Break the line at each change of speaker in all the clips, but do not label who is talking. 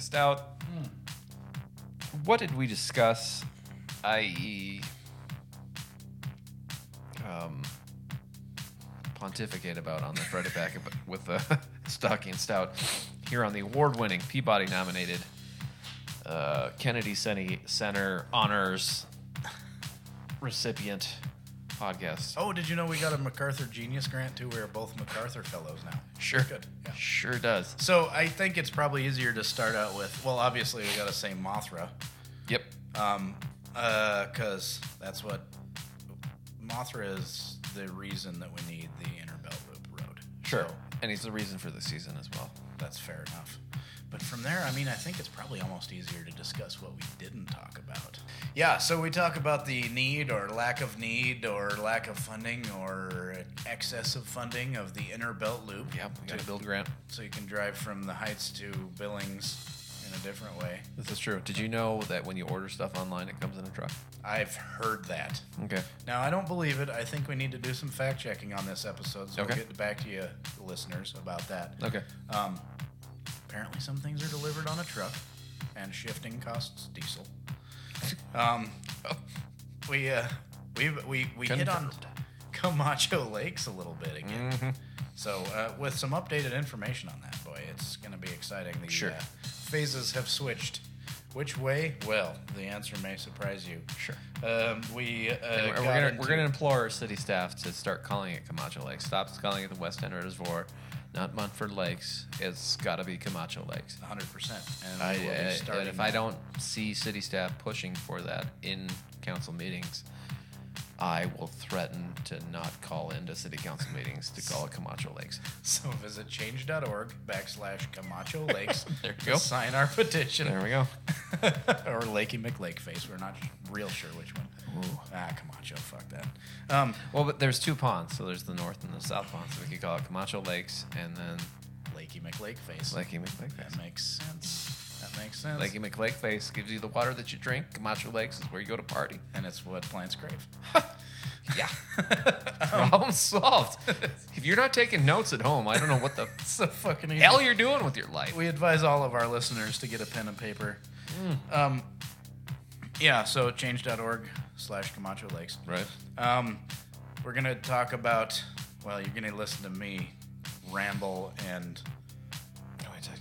stout. What did we discuss? I.e., um, pontificate about on the Friday back ab- with the stocking stout here on the award-winning Peabody-nominated uh, Kennedy Cen- Center Honors recipient podcast.
Oh, did you know we got a MacArthur Genius Grant too? We're both MacArthur fellows now.
sure,
Good. Yeah.
sure does.
So I think it's probably easier to start out with. Well, obviously we got to say Mothra,
Yep.
um, because that's what Mothra is. The reason that we need the inner belt loop road.
Sure.
So
And he's the reason for the season as well.
that's fair enough. But from there, I mean, I think it's probably almost easier to discuss what we didn't talk about. Yeah, so we talk about the need or lack of need or lack of funding or excess of funding of the inner belt loop.
Yeah, we got to build Grant.
So you can drive from the heights to Billings in a different way.
This is true. Did you know that when you order stuff online, it comes in a truck?
I've heard that.
Okay.
Now, I don't believe it. I think we need to do some fact checking on this episode. So
Okay.
we'll get back to you, listeners, about that.
Okay.
Um, apparently, some things are delivered on a truck, and shifting costs diesel. Um, we uh, we we we hit on Camacho Lakes a little bit again.
Mm-hmm.
So uh, with some updated information on that, boy, it's going to be exciting. The
Sure.
uh, phases have switched. Which way? Well, the answer may surprise you.
Sure.
Um, we uh,
And we're,
got
we're gonna
into-
we're gonna implore our city staff to start calling it Camacho Lake. Stop calling it the West End Reservoir, not Montford Lakes. It's got to be Camacho Lakes.
100%. And
I,
we will be
I-
starting
and if I
that.
don't see city staff pushing for that in council meetings, I will threaten to not call into city council meetings to call it Camacho Lakes.
So visit change.org backslash Camacho Lakes
There you
to
go.
sign our petition.
There we go.
or Lakey McLakeface. We're not real sure which one. Ah, Camacho. Fuck that. Um,
Well, but there's two ponds, so there's the north and the south pond, so we could call it Camacho Lakes and then
Lakey McLakeface.
Lakey McLakeface.
That makes sense. That makes sense.
Lakey McLakeface gives you the water that you drink. Camacho Lakes is where you go to party.
and it's what plants crave.
Yeah. Problem solved. If you're not taking notes at home, I don't know what the
So fucking easy.
hell you're doing with your life.
We advise all of our listeners to get a pen and paper.
Hmm.
Um, yeah, so change.org slash Camacho Lakes.
Right.
Um, we're gonna talk about. Well, you're gonna listen to me ramble and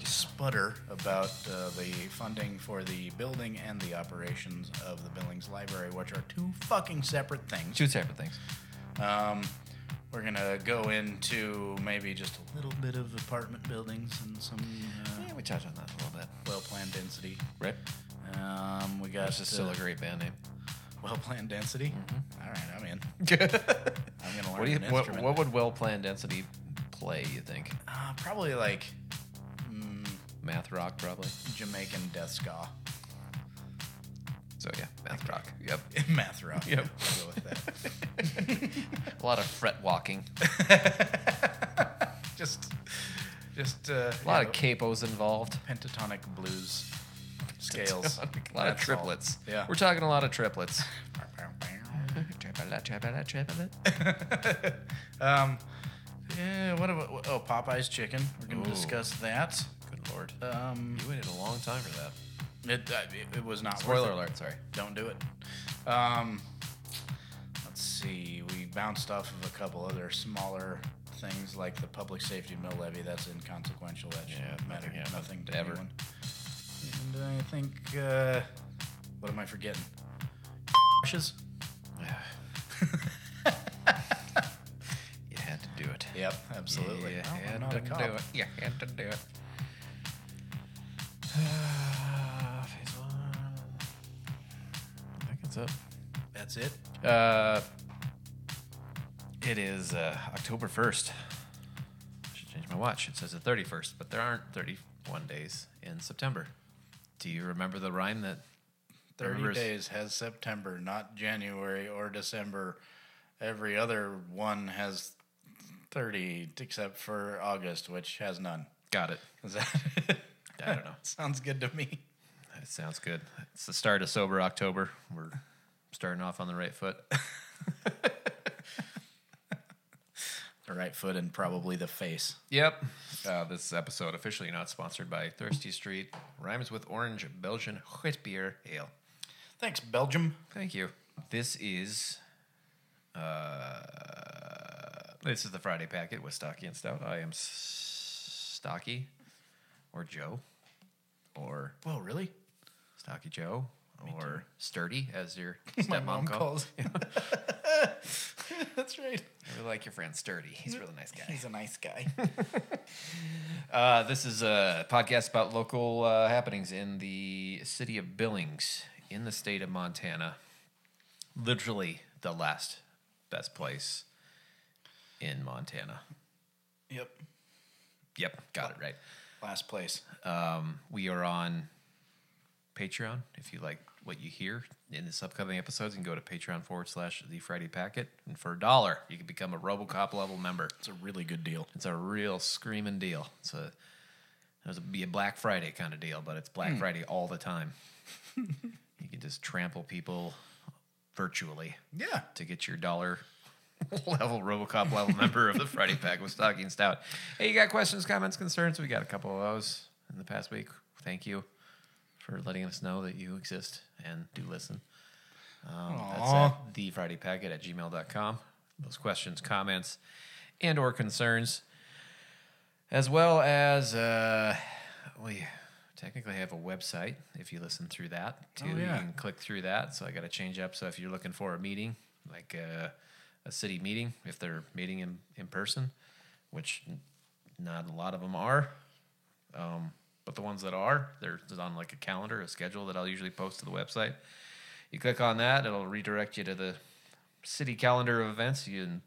sputter about uh, the funding for the building and the operations of the Billings Library, which are two fucking separate things.
Two separate things.
Um, we're gonna go into maybe just a little bit of apartment buildings and some uh,
Yeah, we touched on that a little bit.
well-planned density.
Right.
Um, we got
That's just still
uh,
a great band name.
well-planned density. All right, I'm in. I'm gonna learn
Mm-hmm. what do you?
an
What,
instrument.
what would well planned density play? You think?
Uh, probably like mm,
Math rock, probably.
Jamaican death ska,
So yeah, math rock. Yep.
math rock.
Yep.
I'll go with
A lot of fret walking.
that. just, just uh,
A lot of capos involved.
pentatonic blues scales.
a lot of
That's all.
triplets.
Yeah.
We're talking a lot of triplets.
We're
Triplet, triplet, triplet.
um, yeah. What about oh Popeye's chicken? We're gonna
Ooh.
discuss that.
Good lord.
Um,
You waited a long time for that.
it, uh, it, it was not worth
Spoiler
it.
alert, sorry.
don't do it. Um, let's see. We bounced off of a couple other smaller things like the public safety mill levy. That's inconsequential. That should
Yeah,
yeah, matter
nothing happened.
nothing to
Ever.
everyone. And I think uh, what am I forgetting? Brushes.
You had to do it.
Yep, absolutely.
You
Well, I'm
had
not
to
a cop.
do it. You had to do it. Phase one. I think it's up.
That's it.
Uh, it is uh, October 1st. I should change my watch. It says the 31st, but there aren't 31 days in September. Do you remember the rhyme that
Thirty
Remembers-
days has September, not January or December. Every other one has thirty, except for August, which has none.
got it?
Is that?
I don't know.
Sounds good to me.
That sounds good. It's the start of sober October. We're starting off on the right foot.
The right foot and probably the face.
Yep. Uh, this episode officially not sponsored by Thirsty Street Rhymes with orange Belgian wheat beer ale.
Thanks, Belgium.
Thank you. This is uh, this is the Friday packet with Stocky and Stout. I am S- Stocky or Joe or
Whoa, really?
Stocky Joe or Sturdy as your
My
stepmom
mom
call-
calls. That's right.
I really like your friend Sturdy. He's a really nice guy.
He's a nice guy.
Uh, this is a podcast about local uh, happenings in the city of Billings in the state of Montana. Literally the last best place in Montana.
yep.
Yep, got it right.
Last place.
Um, we are on Patreon. If you like what you hear in this upcoming episodes, you can go to Patreon forward slash The Friday Packet, and for a dollar, you can become a RoboCop level member.
It's a really good deal.
It's a real screaming deal. It's a it'll be a Black Friday kind of deal, but it's Black Friday all the time. you can just trample people virtually
Yeah.
to get your dollar level RoboCop level member of the Friday Pack with Stocky and Stout. Hey, you got questions, comments, concerns? We got a couple of those in the past week. Thank you for letting us know that you exist and do listen. Um, that's
Aw.
at thefridaypacket at gmail.com. Those questions, comments, and or concerns, as well as uh, we technically have a website. If you listen through that, too,
Oh, yeah.
you can click through that. So I got to change up. So if you're looking for a meeting, like uh, a city meeting, if they're meeting in, in person, which n- not a lot of them are, um, but the ones that are, they're it's on like a calendar, a schedule that I'll usually post to the website. You click on that, it'll redirect you to the city calendar of events. You can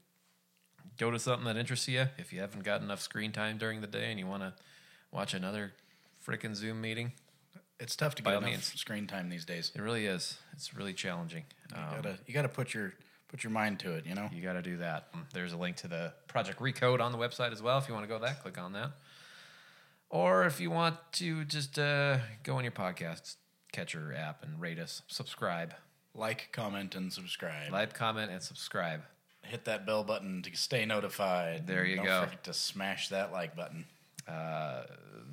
go to something that interests you. If you haven't got enough screen time during the day and you want to watch another freaking Zoom meeting,
It's tough to
By
get
all
enough
means.
screen time these days.
it really is. It's really challenging.
You
Um,
gotta, you gotta put your put your mind to it. You know.
you got to do that. Mm, There's a link to the Project Recode on the website as well. If you want to go that, click on that. Or if you want to just uh, go on your podcast catcher app and rate us, subscribe,
Like, comment, and subscribe.
like, comment, and subscribe.
Hit that bell button to stay notified.
There
And
you
Don't
go.
forget to smash that like button.
Uh,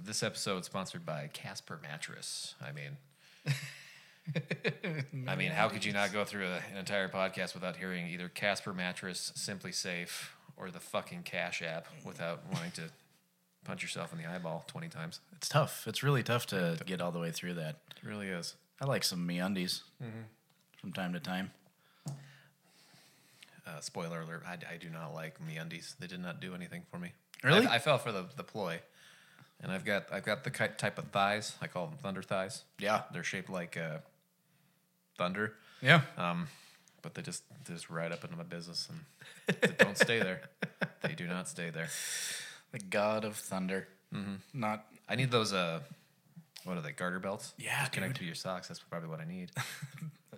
this episode is sponsored by Casper Mattress. I mean, I mean, how could you not go through a, an entire podcast without hearing either Casper Mattress, Simply Safe, or the fucking Cash App without wanting to punch yourself in the eyeball twenty times?
It's tough. It's really tough to get all the way through that.
It really is.
I like some MeUndies
Mm-hmm.
from time to time.
Uh, spoiler alert: I, I do not like MeUndies. They did not do anything for me.
Really?
I, I fell for the, the ploy, and I've got I've got the ki- type of thighs. I call them thunder thighs.
Yeah.
They're shaped like uh, thunder.
Yeah.
Um, but they just they just ride up into my business and they don't stay there. They do not stay there.
The God of Thunder. Mm-hmm. Not.
I need those uh, what are they? Garter belts?
Yeah,
Just connect
dude. Uh,
to your socks. That's probably what I need.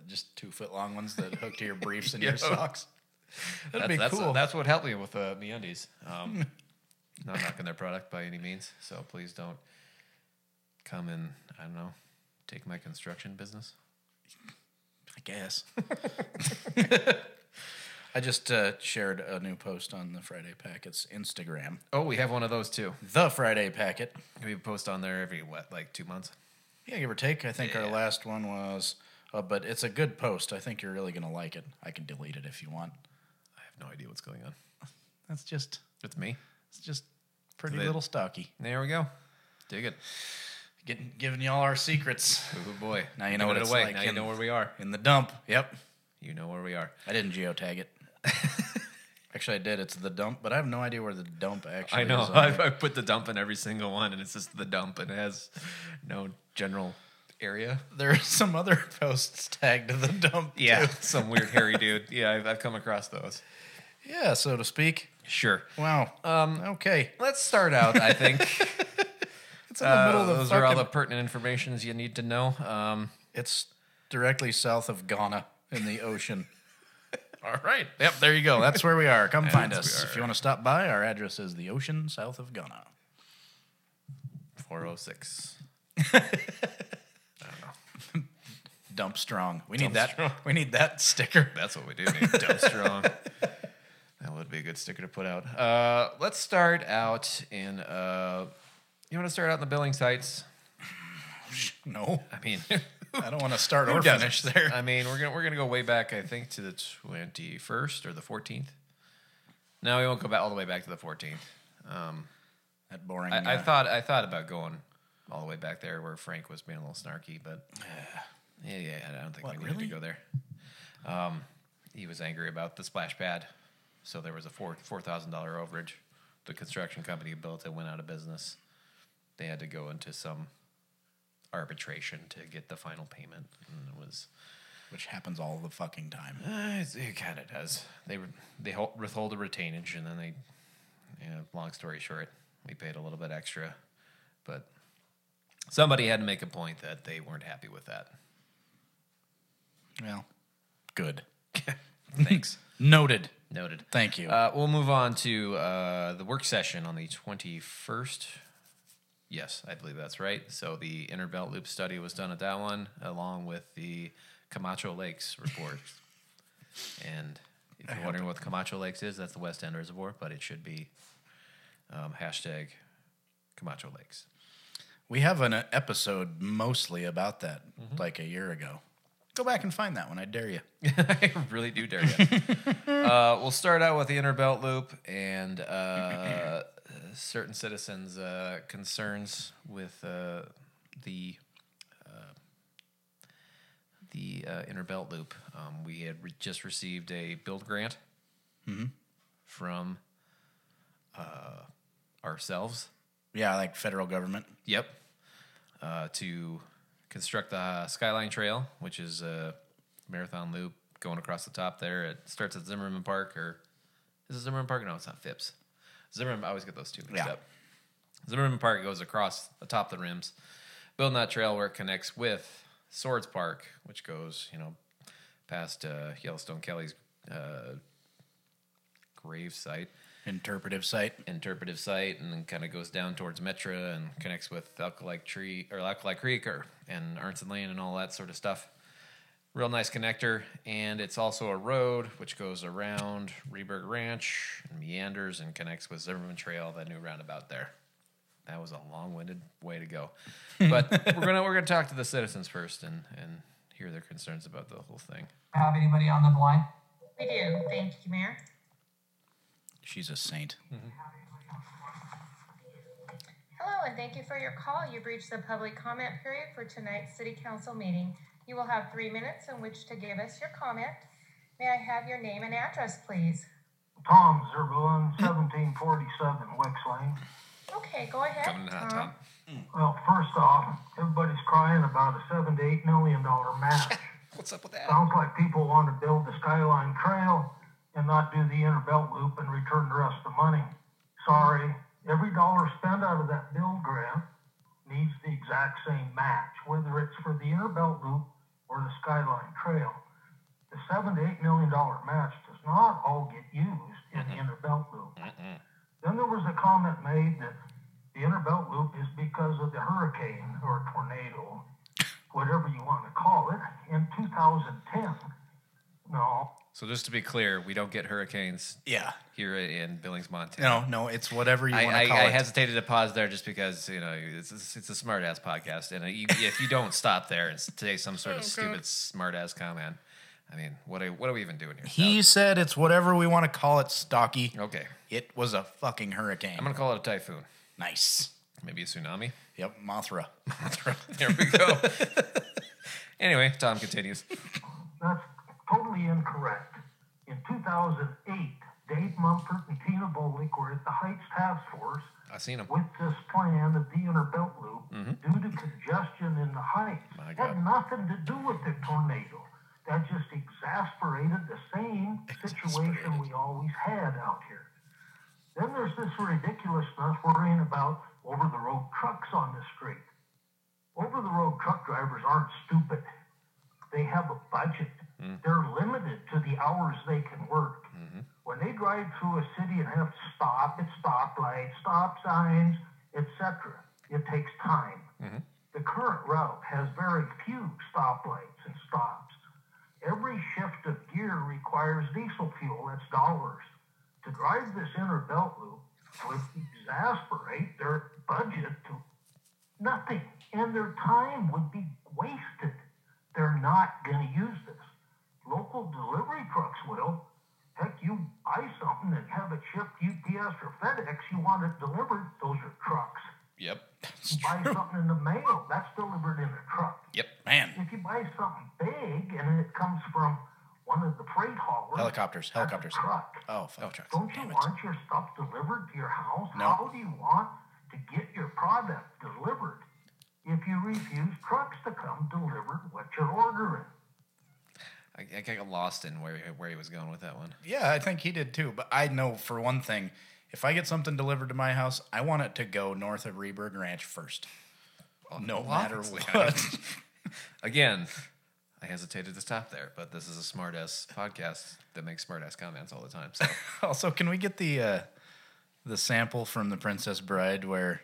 Just two foot long ones that hook to your briefs and
Yeah.
your socks. That'd
that's,
be
that's,
cool.
That's what helped me with uh, MeUndies. Um, not knocking their product by any means, so please don't come and I don't know take my construction business.
I guess. I just uh, shared a new post on the Friday Packet's Instagram.
Oh, we have one of those too.
The Friday Packet.
We post on there every what like two months.
Yeah, give or take. I think our
Yeah.
last one was, uh, but it's a good post. I think you're really going to like it. I can delete it if you want.
I have no idea what's going on.
That's just,
It's me.
it's just pretty
They-
little stocky.
There we go. Dig it.
Getting, giving you all our secrets
Oh boy.
Now you know what
Give it
it's
away.
like
Now you
in-
know where we are.
in the dump. Yep.
You know where we are.
I didn't geotag it. actually, I did. It's the dump, but I have no idea where the dump actually
I know.
is. on
I,
there.
I put the dump in every single one, and it's just the dump, and it has no general area.
There are some other posts tagged to the dump. too.
some weird hairy dude. Yeah, I've, I've come across those.
Yeah, so to speak.
Sure.
Wow.
Um,
okay.
Let's start out. I think Uh,
It's in the middle of the
those
fucking,
are all the pertinent informations you need to know. Um,
It's directly south of Ghana in the ocean.
all right.
Yep, there you go. That's where we are. Come find
That's
us.
where-
If you want to stop by, our address is the ocean south of Ghana.
Four oh six.
Dump strong. We need
Dump
that.
strong.
We need that sticker.
That's what we do need. Dump strong. That would be a good sticker to put out. Uh, let's start out in. Uh, you want to start out in the billing sites?
know.
I mean,
I don't want to start
who
or
doesn't?
finish there.
I mean, we're gonna we're gonna go way back. I think to the twenty first or the fourteenth. No, we won't go back all the way back to the fourteenth. Um,
That boring.
I, I
uh,
thought I thought about going all the way back there where Frank was being a little snarky, but yeah, yeah, I don't think
What,
we needed
really?
to go there. Um, he was angry about the splash pad, so there was a four four thousand dollar overage. The construction company who built it went out of business. They had to go into some arbitration to get the final payment, and it was
which happens all the fucking time.
uh, it's- it kind of does. They re- they hol- withhold the retainage, and then they, you know, long story short, we paid a little bit extra, but somebody had to make a point that they weren't happy with that.
Well, good.
Thanks.
Noted.
Noted.
Thank you.
Uh, we'll move on to uh, the work session on the 21st. Yes, I believe that's right. So the inner belt loop study was done at that one, along with the Camacho Lakes report. and if you're wondering what the Camacho Lakes is, that's the West End Reservoir, but it should be um, hashtag Camacho Lakes.
we have an episode mostly about that, like a year ago. Go back and find that one. I dare you.
I really do dare you. uh, we'll start out with the inner belt loop and uh, certain citizens' uh, concerns with uh, the uh, the uh, inner belt loop. Um, we had re- just received a build grant from uh, ourselves.
Yeah, like federal government.
Yep. Uh, to construct the uh, Skyline Trail, which is a marathon loop going across the top there. It starts at Zimmerman Park, or is it Zimmerman Park? No, it's not Phipps. Zimmerman, I always get those two mixed
Yeah.
up. Zimmerman Park goes across the top of the rims, building that trail where it connects with Swords Park, which goes, you know, past uh, Yellowstone Kelly's uh, grave site
Interpretive site.
interpretive site and then kind of goes down towards Metra and connects with Alkali Tree or Alkali Creek or and Arnson Lane and all that sort of stuff. Real nice connector, and it's also a road which goes around Reberg Ranch and meanders and connects with Zimmerman Trail, that new roundabout there. That was a long-winded way to go, but we're gonna we're gonna talk to the citizens first and and hear their concerns about the whole thing.
have anybody on the line?
We do. Thank you, Mayor.
She's a saint.
Hello, and thank you for your call. You've reached the public comment period for tonight's City Council meeting. You will have three minutes in which to give us your comment. May I have your name and address, please?
Tom Zerbalin, 1747 Wex Lane.
Okay, go ahead.
Coming in hot, Tom.
Well, first off, everybody's crying about a seven to eight million dollar match.
What's up with that?
Sounds like people want to build the Skyline Trail and not do the inner belt loop and return the rest of the money. Sorry, every dollar spent out of that build grant needs the exact same match, whether it's for the inner belt loop or the Skyline Trail. The seven to eight million dollar match does not all get used in
Mm-hmm.
the inner belt loop. Then there was a comment made that the inner belt loop is because of the hurricane or tornado, whatever you want to call it, in 2010. No,
So just to be clear, we don't get hurricanes
Yeah.
here in Billings, Montana.
No, no, it's whatever you
I,
want
I,
to call
I
it.
hesitated to pause there just because you know it's it's, it's a smart ass podcast, and you, if you don't stop there and say some sort of stupid smart ass comment, I mean, what are, what are we even doing here?
he said it's whatever we want to call it, Stocky.
okay,
It was a fucking hurricane.
I'm gonna call it a typhoon,
nice.
maybe a tsunami.
Yep, Mothra.
there we go. anyway, Tom continues.
that's totally incorrect. In 2008, Dave Mumford and Tina Bolick were at the Heights Task Force
I seen him.
with this plan of the inner belt loop due to congestion in the heights.
My God.
Had nothing to do with the tornado. That just exasperated the same situation we always had out here. Then there's this ridiculousness worrying about over the road trucks on the street. Over the road truck drivers aren't stupid. They have a budget.
Mm-hmm.
They're limited to the hours they can work. When they drive through a city and have to stop at stoplights, stop signs, etc., it takes time. The current route has very few stoplights and stops. Every shift of gear requires diesel fuel, that's dollars. To drive this inner belt loop would exasperate their budget to nothing. and their time would be wasted. They're not going to use this. Local delivery trucks will. Heck, you buy something and have it shipped UPS or FedEx, you want it delivered, those are trucks.
Yep. That's
You buy
true.
something in the mail, that's delivered in a truck.
Yep.
Man,
If you buy something big and it comes from one of the freight haulers,
helicopters,
that's a
helicopters.
truck.
Oh, fuck.
trucks.
Don't you
Damn it.
want your stuff delivered to your house?
No.
How do you want to get your product delivered if you refuse trucks to come deliver what you're ordering?
I, I got lost in where where he was going with that one.
Yeah, I think he did too. But I know for one thing, if I get something delivered to my house, I want it to go north of Reberg Ranch first. no matter
obviously.
what.
Again, I hesitated to stop there, but this is a smart ass podcast that makes smart ass comments all the time. So
also, can we get the uh, the sample from The Princess Bride where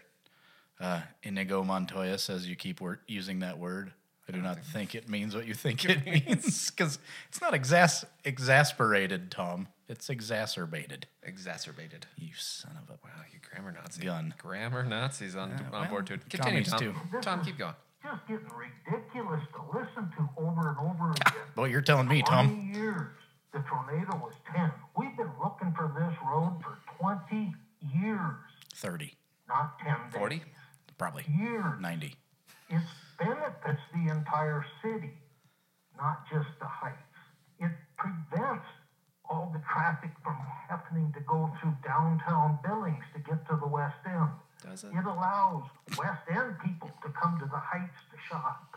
uh, Inigo Montoya says you keep wor- using that word? I do not think it means what you think it means because it's not exas- exasperated, Tom. It's exacerbated.
exacerbated.
You son of a.
Wow, Oh, you grammar Nazi.
Gun.
Grammar Nazis on, on
well,
board too. Continue, Tom.
commies
too.
Tom, keep going.
Just getting ridiculous to listen to over and over again.
Well, you're telling me, Tom.
20 years. The tornado was 10. We've been looking for this road for 20 years,
30,
not 10 days.
40?
probably.
Years.
90.
It benefits the entire city, not just the heights. It prevents all the traffic from happening to go through downtown Billings to get to the West End.
Does it?
It allows West End people to come to the heights to shop.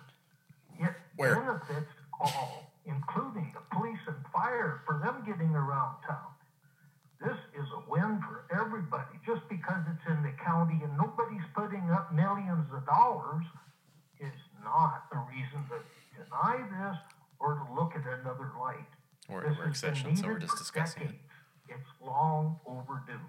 It
Where?
benefits all, including the police and fire, for them getting around town. This is a win for everybody just because it's in the county and nobody's putting up millions of dollars is not a reason to deny this or to look at another light.
We're-
This
we're
has been
exceptions, so we're
needed
just
for
discussing it.
decades. It's long overdue.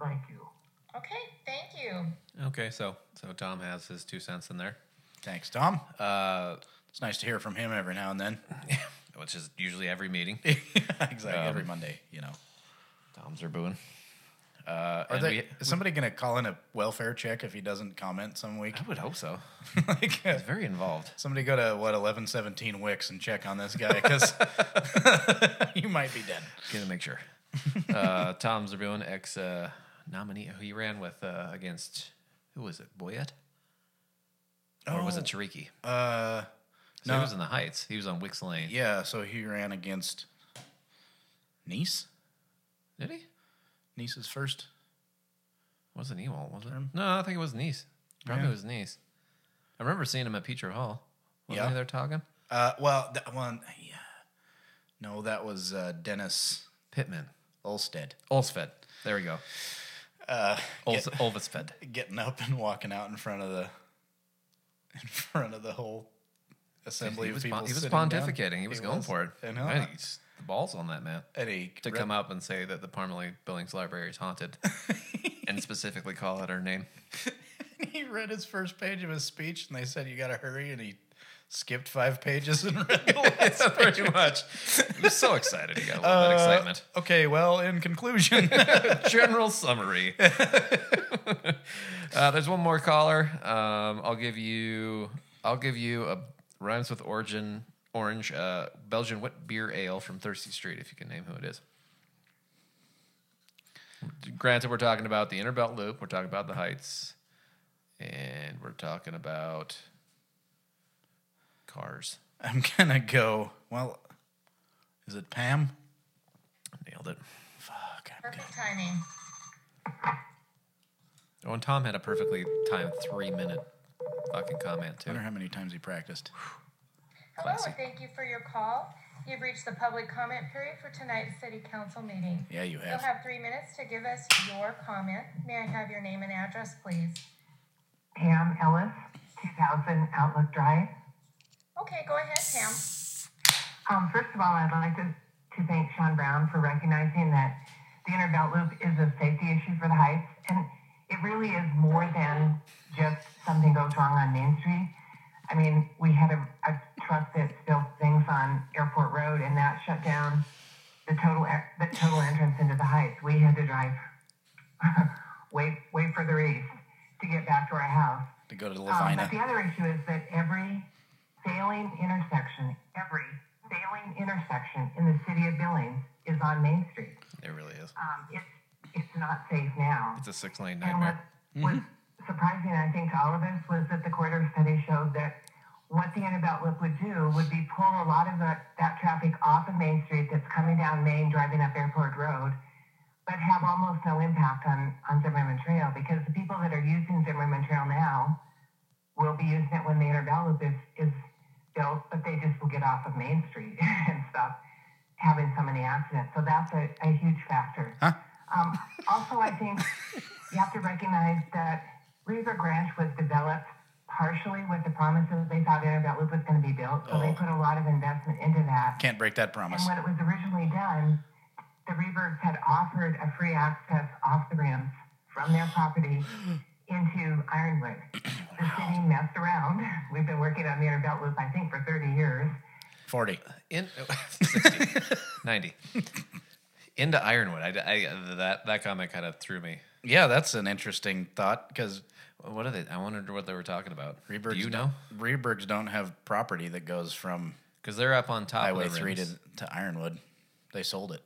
Thank you.
Uh, Okay, thank you.
Okay, so so Tom has his two cents in there,
Thanks, Tom.
uh,
It's nice to hear from him every now and then.
which is usually every meeting.
exactly. every
Um,
Monday, you know.
Tom's are booing. Uh,
Are
and
they,
we-
is somebody going to call in a welfare check if he doesn't comment some week?
I would hope so.
like, uh,
He's very involved.
somebody go to, what, 1117 Wix and check on this guy because you might be dead.
Gonna make sure. Uh, Tom Zerbun, ex uh, nominee, who he ran with uh, against, who was it, Boyette? Or was it Cherokee?
Oh, Uh,
So
no.
he was in the Heights. He was on Wicks Lane.
yeah, so he ran against Nice.
Did he?
Nice's first.
Wasn't Ewald, was it?
Term?
No, I think it was Nice. Probably
Yeah.
was Nice. I remember seeing him at Peter Hall. Wasn't
Yeah.
he there talking?
Uh, well, that one, yeah. No, that was uh, Dennis
Pittman.
Olstead.
Olsfed. There we go.
Uh,
Ols- Olvesfed.
getting up and walking out in front of the in front of the whole assembly
He
of
was,
people.
pon- he was
sitting down.
pontificating. He was going for it.
I know.
Man, he's- the balls on that man
uh, And he
to
read-
come up and say that the Parmalee Billings Library is haunted, and specifically call out her name.
he read his first page of his speech, and they said, "You got to hurry," and he skipped five pages and read the last.
Pretty much. He was so excited. He got a little
Uh,
bit excitement.
Okay, well, in conclusion,
General summary. uh, there's one more caller. Um, I'll give you. I'll give you a rhymes with origin orange uh, Belgian wit beer ale from Thirsty Street if you can name who it is. Granted, we're talking about the inner belt loop. We're talking about the heights, and we're talking about cars.
I'm gonna go. Well, is it Pam?
Nailed it.
Fuck. I'm gonna-
Perfect timing.
Oh, and Tom had a perfectly timed three minute fucking comment
I
too.
wonder how many times he practiced.
Hello,
Classy.
and thank you for your call. You've reached the public comment period for tonight's city council meeting.
Yeah, you
You'll
have.
have three minutes to give us your comment. May I have your name and address, please?
Pam Ellis, 2000 Outlook Drive.
Okay, go ahead, Pam.
Um, first of all, I'd like to, to thank Sean Brown for recognizing that the inner belt loop is a safety issue for the Heights, and it really is more than just something goes wrong on Main Street. I mean, we had a, a truck that spilled things on Airport Road, and that shut down the total e- the total entrance into the Heights. We had to drive way way further east to get back to our house.
to go to
Um,
Levina.
but the other issue is that every failing intersection, every failing intersection in the city of Billings is on Main Street.
It really is.
Um, it's, it's not safe now.
It's a six lane
And what
nightmare. Mm-hmm.
was surprising, I think, to all of us was that the corridor study showed that what the Annabelle Loop would do would be pull a lot of that, that traffic off of Main Street that's coming down Main, driving up Airport Road, but have almost no impact on, on Zimmerman Trail because the people that are using Zimmerman Trail now will be using it when the Annabelle Loop is, is built, but they just will get off of Main Street and stop having so many accidents. So that's a, a huge factor. Um, also, I think you have to recognize that River Branch was developed partially with the promises they thought Annabelle Loop was going to be built. So they
Oh.
put a lot of investment into that.
Can't break that
And
promise.
when it was originally done, the Reavers had offered a free access off the ramps from their property into Ironwood. The city messed around. We've been working on the Inner Belt Loop, I think, for 30 years.
40.
In 60, 90. Into Ironwood. I, I- that that comment kind of threw me.
Yeah, that's an interesting thought because
What are they? I wondered what they were talking about.
Rebergs,
Do you know?
don't- Rebergs don't have property that goes from
Because they're up on top
Highway
of the
3
rims.
to, to Ironwood. They sold it.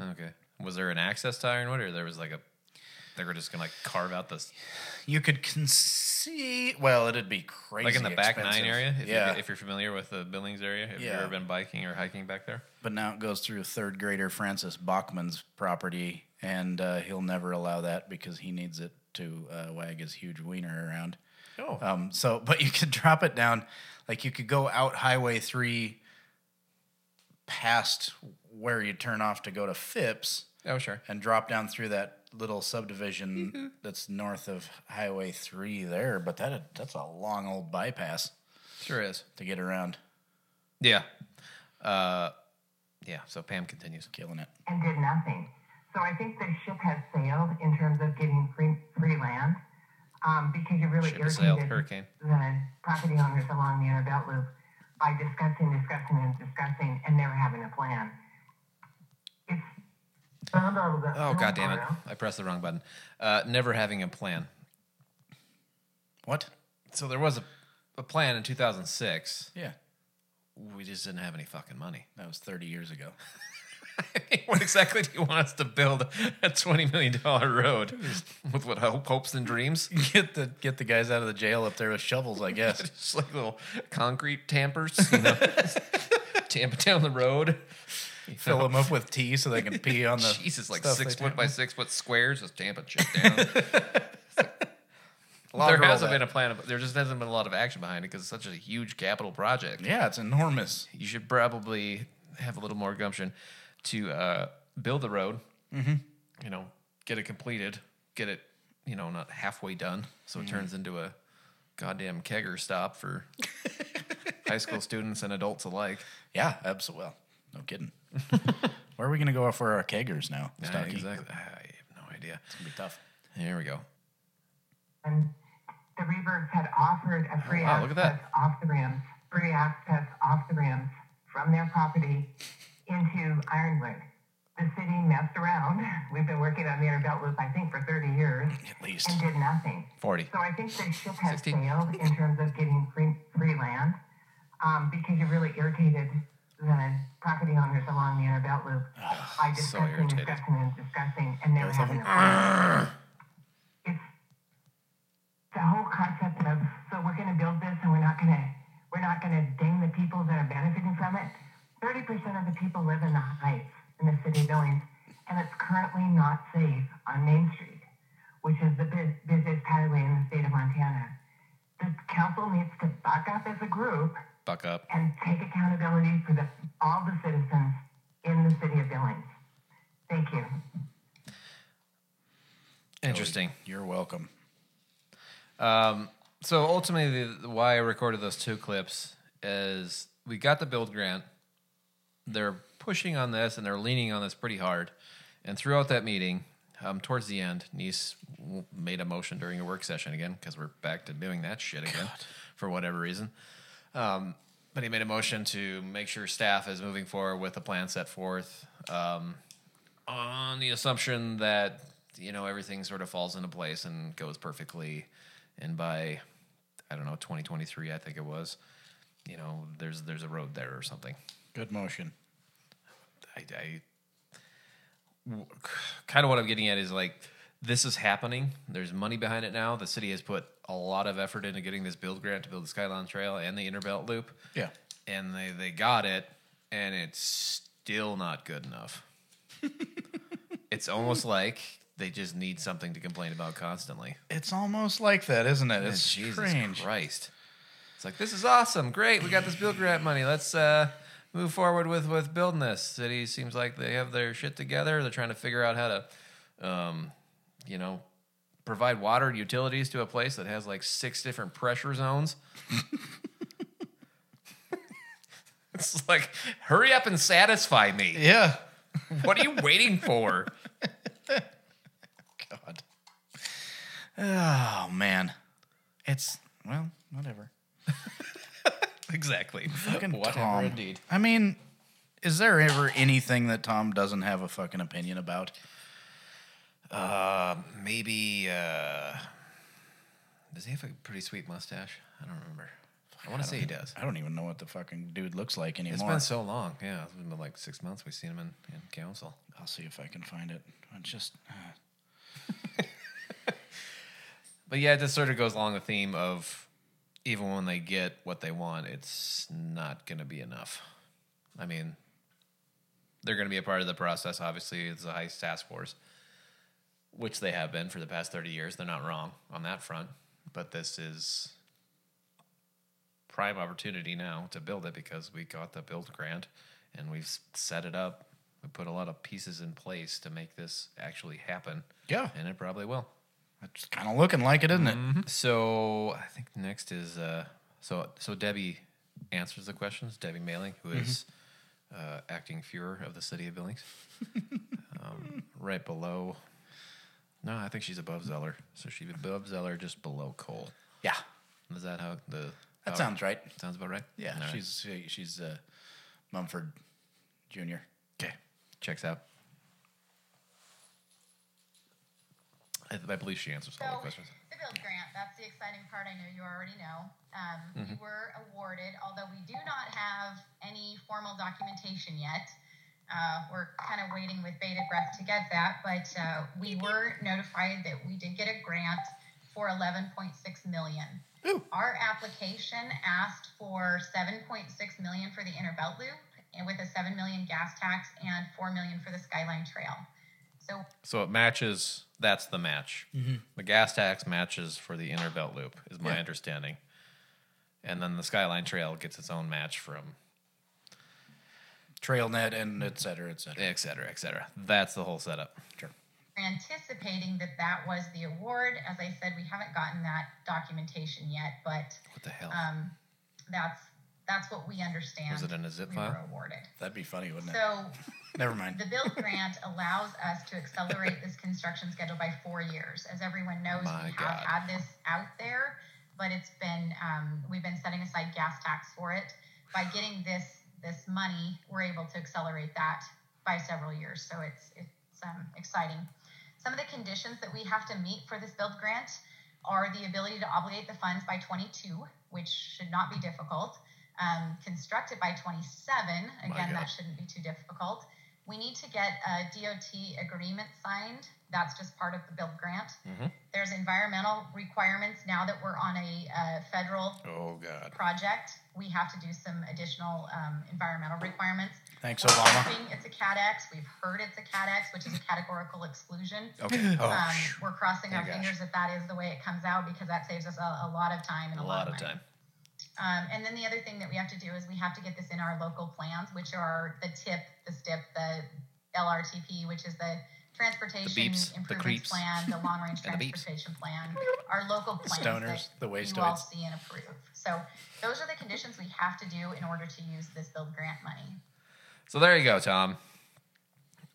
Okay. Was there an access to Ironwood, or there was like a? They were just gonna like carve out this
You could conceive. Well, it'd be crazy.
like in the back
expensive.
nine area. If
yeah.
You're, if you're familiar with the Billings area, if
Yeah.
you've ever been biking or hiking back there,
but now it goes through third grader Francis Bachman's property, and uh, he'll never allow that because he needs it to uh, wag his huge wiener around.
Oh.
Um, so, but you could drop it down. Like you could go out Highway 3 past where you turn off to go to Phipps
oh sure,
and drop down through that little subdivision that's north of Highway 3 there. But that that's a long old bypass
sure is.
to get around.
Yeah. Uh, yeah. So Pam continues.
Killing it.
and did nothing. So I think the ship has sailed in terms of getting free, free land um, because you really
Ship has sailed,
irritated
hurricane.
the property owners along the inner belt loop by discussing, discussing, and discussing and never having a plan. It's
Sound out of that.
Oh
film
god damn it!
file.
I pressed the wrong button. Uh, never having a plan.
What?
So there was a, a plan in 2006.
Yeah.
We just didn't have any fucking money.
That was 30 years ago.
what exactly do you want us to build a 20 million dollar road with what hope, hopes and dreams?
get the get the guys out of the jail up there with shovels, I guess.
Just like little concrete tampers, you know, tamp it down the road. You
Fill
know?
them up with tea so they can pee on the
Jesus, like
stuff
six
they
foot by
tamp-
six foot squares, just tamp it shit down. there
Logger all
hasn't
that.
been a plan. Of, there just hasn't been a lot of action behind it because it's such a huge capital project.
Yeah, it's enormous.
You should probably have a little more gumption to uh, build the road. You know, get it completed, get it, you know, not halfway done, so it turns into a goddamn kegger stop for high school students and adults alike.
Yeah, absolutely. Well, no kidding. Where are we gonna go for our keggers now?
Yeah,
Stocky?
exactly. I have no idea.
It's gonna be tough.
Here we go.
and the Reavers had offered a free
Oh, wow, look at
access off the ramps, free access off the ramps from their property into Ironwood. The city messed around. We've been working on the inner belt loop, I think, for 30 years
At least.
and did nothing.
40.
So I think the ship has
60.
sailed in terms of getting free, free land um, because you really irritated the property owners along the inner belt loop by
so
discussing,
irritated.
discussing, and discussing, and never
Both of
having a plan. It's the whole concept of so we're going to build this and we're not going to we're not going to ding the people that are benefiting from it. Thirty percent of the people live in the Heights in the city of Billings, and it's currently not safe on Main Street, which is the bu- busiest highway in the state of Montana. The council needs to buck up as a group
Buck up.
and take accountability for the, all the citizens in the city of Billings. Thank you.
Interesting.
You're welcome.
So ultimately, the, the- why I recorded those two clips is we got the build grant. They're pushing on this and they're leaning on this pretty hard. And throughout that meeting, um, towards the end, Nice w- made a motion during a work session again because we're back to doing that shit again for whatever reason. Um, but he made a motion to make sure staff is moving forward with the plan set forth um, on the assumption that you know everything sort of falls into place and goes perfectly and by I don't know 2023, I think it was. You know, there's there's a road there or something.
Good motion.
I, I kind of what I'm getting at is like this is happening. There's money behind it now. The city has put a lot of effort into getting this build grant to build the Skyline Trail and the Inner Belt Loop,
Yeah.
and they they got it, and it's still not good enough. it's almost like they just need something to complain about constantly.
It's almost like that, isn't it? It's
Oh, Jesus
strange.
Christ. It's like this is awesome. Great. We got this bill grant money. Let's uh move forward with with building this. City seems like they have their shit together. They're trying to figure out how to um you know provide water and utilities to a place that has like six different pressure zones. it's like hurry up and satisfy me.
Yeah.
What are you waiting for?
God. Oh man. It's well, whatever.
exactly.
Fucking
Whatever
Tom.
indeed.
I mean, is there ever anything that Tom doesn't have a fucking opinion about?
Uh, maybe. Uh, does he have a pretty sweet mustache? I don't remember. I want to say he does.
I don't even know what the fucking dude looks like anymore.
It's been so long. Yeah, it's been like six months. We've seen him in, in council.
I'll see if I can find it. I just uh,
But yeah, it just sort of goes along the theme of even when they get what they want, it's not going to be enough. I mean, they're going to be a part of the process. Obviously, it's a heist task force, which they have been for the past 30 years. They're not wrong on that front. But this is prime opportunity now to build it because we got the build grant and we've s- set it up. We put a lot of pieces in place to make this actually happen.
Yeah.
And it probably will.
it's kind of looking like it, isn't it?
Mm-hmm. So I think next is uh, so so Debbie answers the questions. Debbie Mailing, who is
Mm-hmm.
uh, acting Fuhrer of the city of Billings, um, right below. No, I think she's above Zeller. So she's above Zeller, just below Cole.
Yeah,
Is that how the
that
about-
sounds right.
sounds about right?
Yeah,
Oh. All right.
she's she- she's uh, Mumford Junior.
Okay, checks out. I, I believe she answers all the questions.
the build grant, that's the exciting part. I know you already know. Um, We were awarded, although we do not have any formal documentation yet. Uh, we're kind of waiting with bated breath to get that, but uh, we were notified that we did get a grant for 11.6 million. Our application asked for 7.6 million for the inner belt loop, and with a 7 million gas tax and 4 million for the Skyline Trail. So
So it matches. That's the match.
Mm-hmm.
The gas tax matches for the inner belt loop, is my understanding. And then the Skyline Trail gets its own match from
Trailnet and et cetera, et cetera.
et cetera, et cetera. That's the whole setup.
Sure.
anticipating that that was the award. As I said, we haven't gotten that documentation yet, but
What the hell?
um, that's that's what we understand.
Was it in a zip
we
file?
Were awarded.
That'd be funny, wouldn't it?
So
Never mind.
the build grant allows us to accelerate this construction schedule by four years. As everyone knows,
My
we have
God.
had this out there, but it's been um, we've been setting aside gas tax for it. By getting this this money, we're able to accelerate that by several years. So it's it's um, exciting. Some of the conditions that we have to meet for this build grant are the ability to obligate the funds by 22, which should not be difficult. Um, construct it by 27. Again,
God.
that shouldn't be too difficult. We need to get a DOT agreement signed. That's just part of the build grant. There's environmental requirements now that we're on a uh, federal
Oh God.
project. We have to do some additional um, environmental requirements.
Thanks,
We're
Obama.
hoping It's a CADX. We've heard it's a CADX, which is a categorical exclusion.
Okay. Oh,
Um, we're crossing our
gosh.
fingers that that is the way it comes out because that saves us a, a lot of time and a,
a lot of
money.
time.
Um, and then the other thing that we have to do is we have to get this in our local plans, which are the TIP, the STIP, the LRTP, which is the Transportation
beeps, the
Improvements
creeps,
Plan, the Long Range
and the beeps.
Transportation Plan, our local plans
Stoners,
that
the
you all
wastoids.
see and approve. So those are the conditions we have to do in order to use this build grant money.
So there you go, Tom.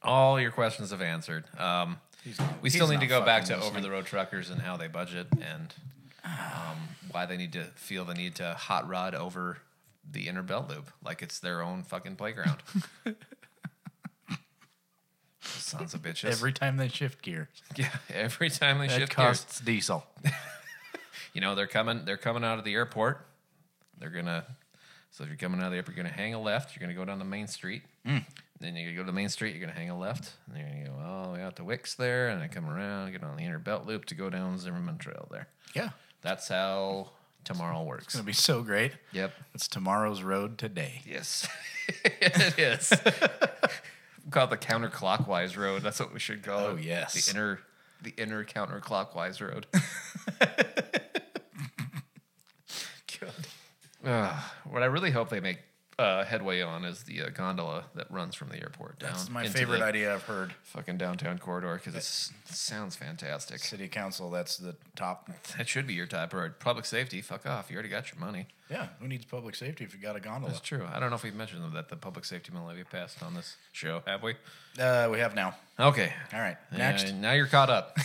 All your questions have answered. Um, we still
he's
need to
not
go back to
fucking listening.
over the road truckers and how they budget and um, why they need to feel the need to hot rod over the inner belt loop like it's their own fucking playground. Sons of bitches.
Every time they shift gear,
yeah, every time they
it
shift gears,
costs diesel.
you know, they're coming. They're coming out of the airport. They're gonna. So if you're coming out of the airport, you're gonna hang a left. You're gonna go down the main street.
Mm.
Then you're gonna go to the main street. You're gonna hang a left. And you're gonna go all the way out to Wicks there, and then come around, get on the inner belt loop to go down Zimmerman Trail there.
Yeah.
That's how tomorrow
It's
works.
going to be so great.
Yep.
It's tomorrow's road today.
Yes, it is. call it the counterclockwise road. That's what we should call
Oh,
it.
yes.
the inner, the inner counterclockwise road. Uh, what I really hope they make uh, headway on is the uh, gondola that runs from the airport down.
That's my
into
favorite
the
idea I've heard.
Fucking downtown corridor because it sounds fantastic.
City council, that's the top.
That should be your type or public safety. Fuck off. You already got your money.
Yeah, who needs public safety if you got a gondola?
That's true. I don't know if we've mentioned that the public safety bill that we passed on this show, have we?
Uh, we have now.
Okay.
All right,
Yeah,
next.
now you're caught up.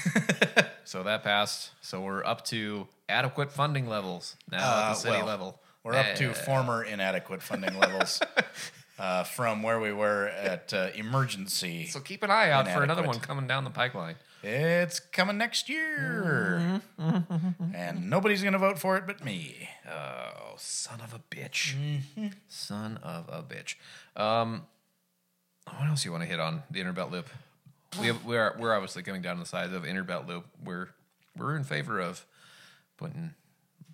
so that passed. So we're up to adequate funding levels now at
Uh,
the city
well,
level.
We're up
Eh,
to former inadequate funding levels uh, from where we were at uh, emergency.
So keep an eye out for another one
Inadequate.
coming down the pipeline.
It's coming next year.
Mm-hmm.
And nobody's going to vote for it but me.
Oh, son of a bitch.
Mm-hmm.
Son of a bitch. Um, what else you want to hit on the inner belt loop? We have, we are we're obviously coming down to the sides of inner belt loop. We're we're in favor of putting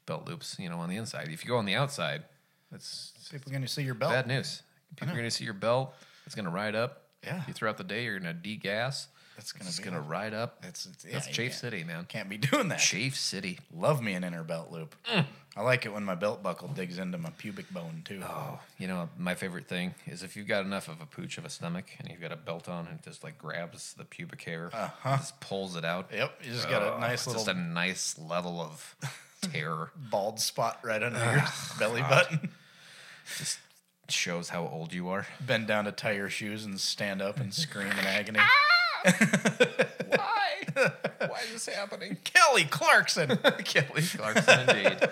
belt loops, you know, on the inside. If you go on the outside, that's
People going to see your belt.
Bad news. People are going to see your belt. It's going to ride up.
Yeah.
You throughout the day, you're going to degas.
That's gonna
It's
be
going to
it.
ride up.
That's- it's- yeah,
That's
you
Chafe
can't-
City, man.
Can't be doing that.
Chafe City.
Love me an inner belt loop.
Mm.
I like it when my belt buckle digs into my pubic bone too.
Oh, you know, my favorite thing is if you've got enough of a pooch of a stomach and you've got a belt on and it just like grabs the pubic hair, just pulls it out.
Yep, you just Uh-huh. got
Oh,
a nice
it's
little
Just a nice level of terror.
bald spot right under your belly button.
just shows how old you are.
Bend down to tie your shoes and stand up and scream in agony.
Ah! Why? Why is this happening?
Kelly Clarkson.
Kelly Clarkson, indeed.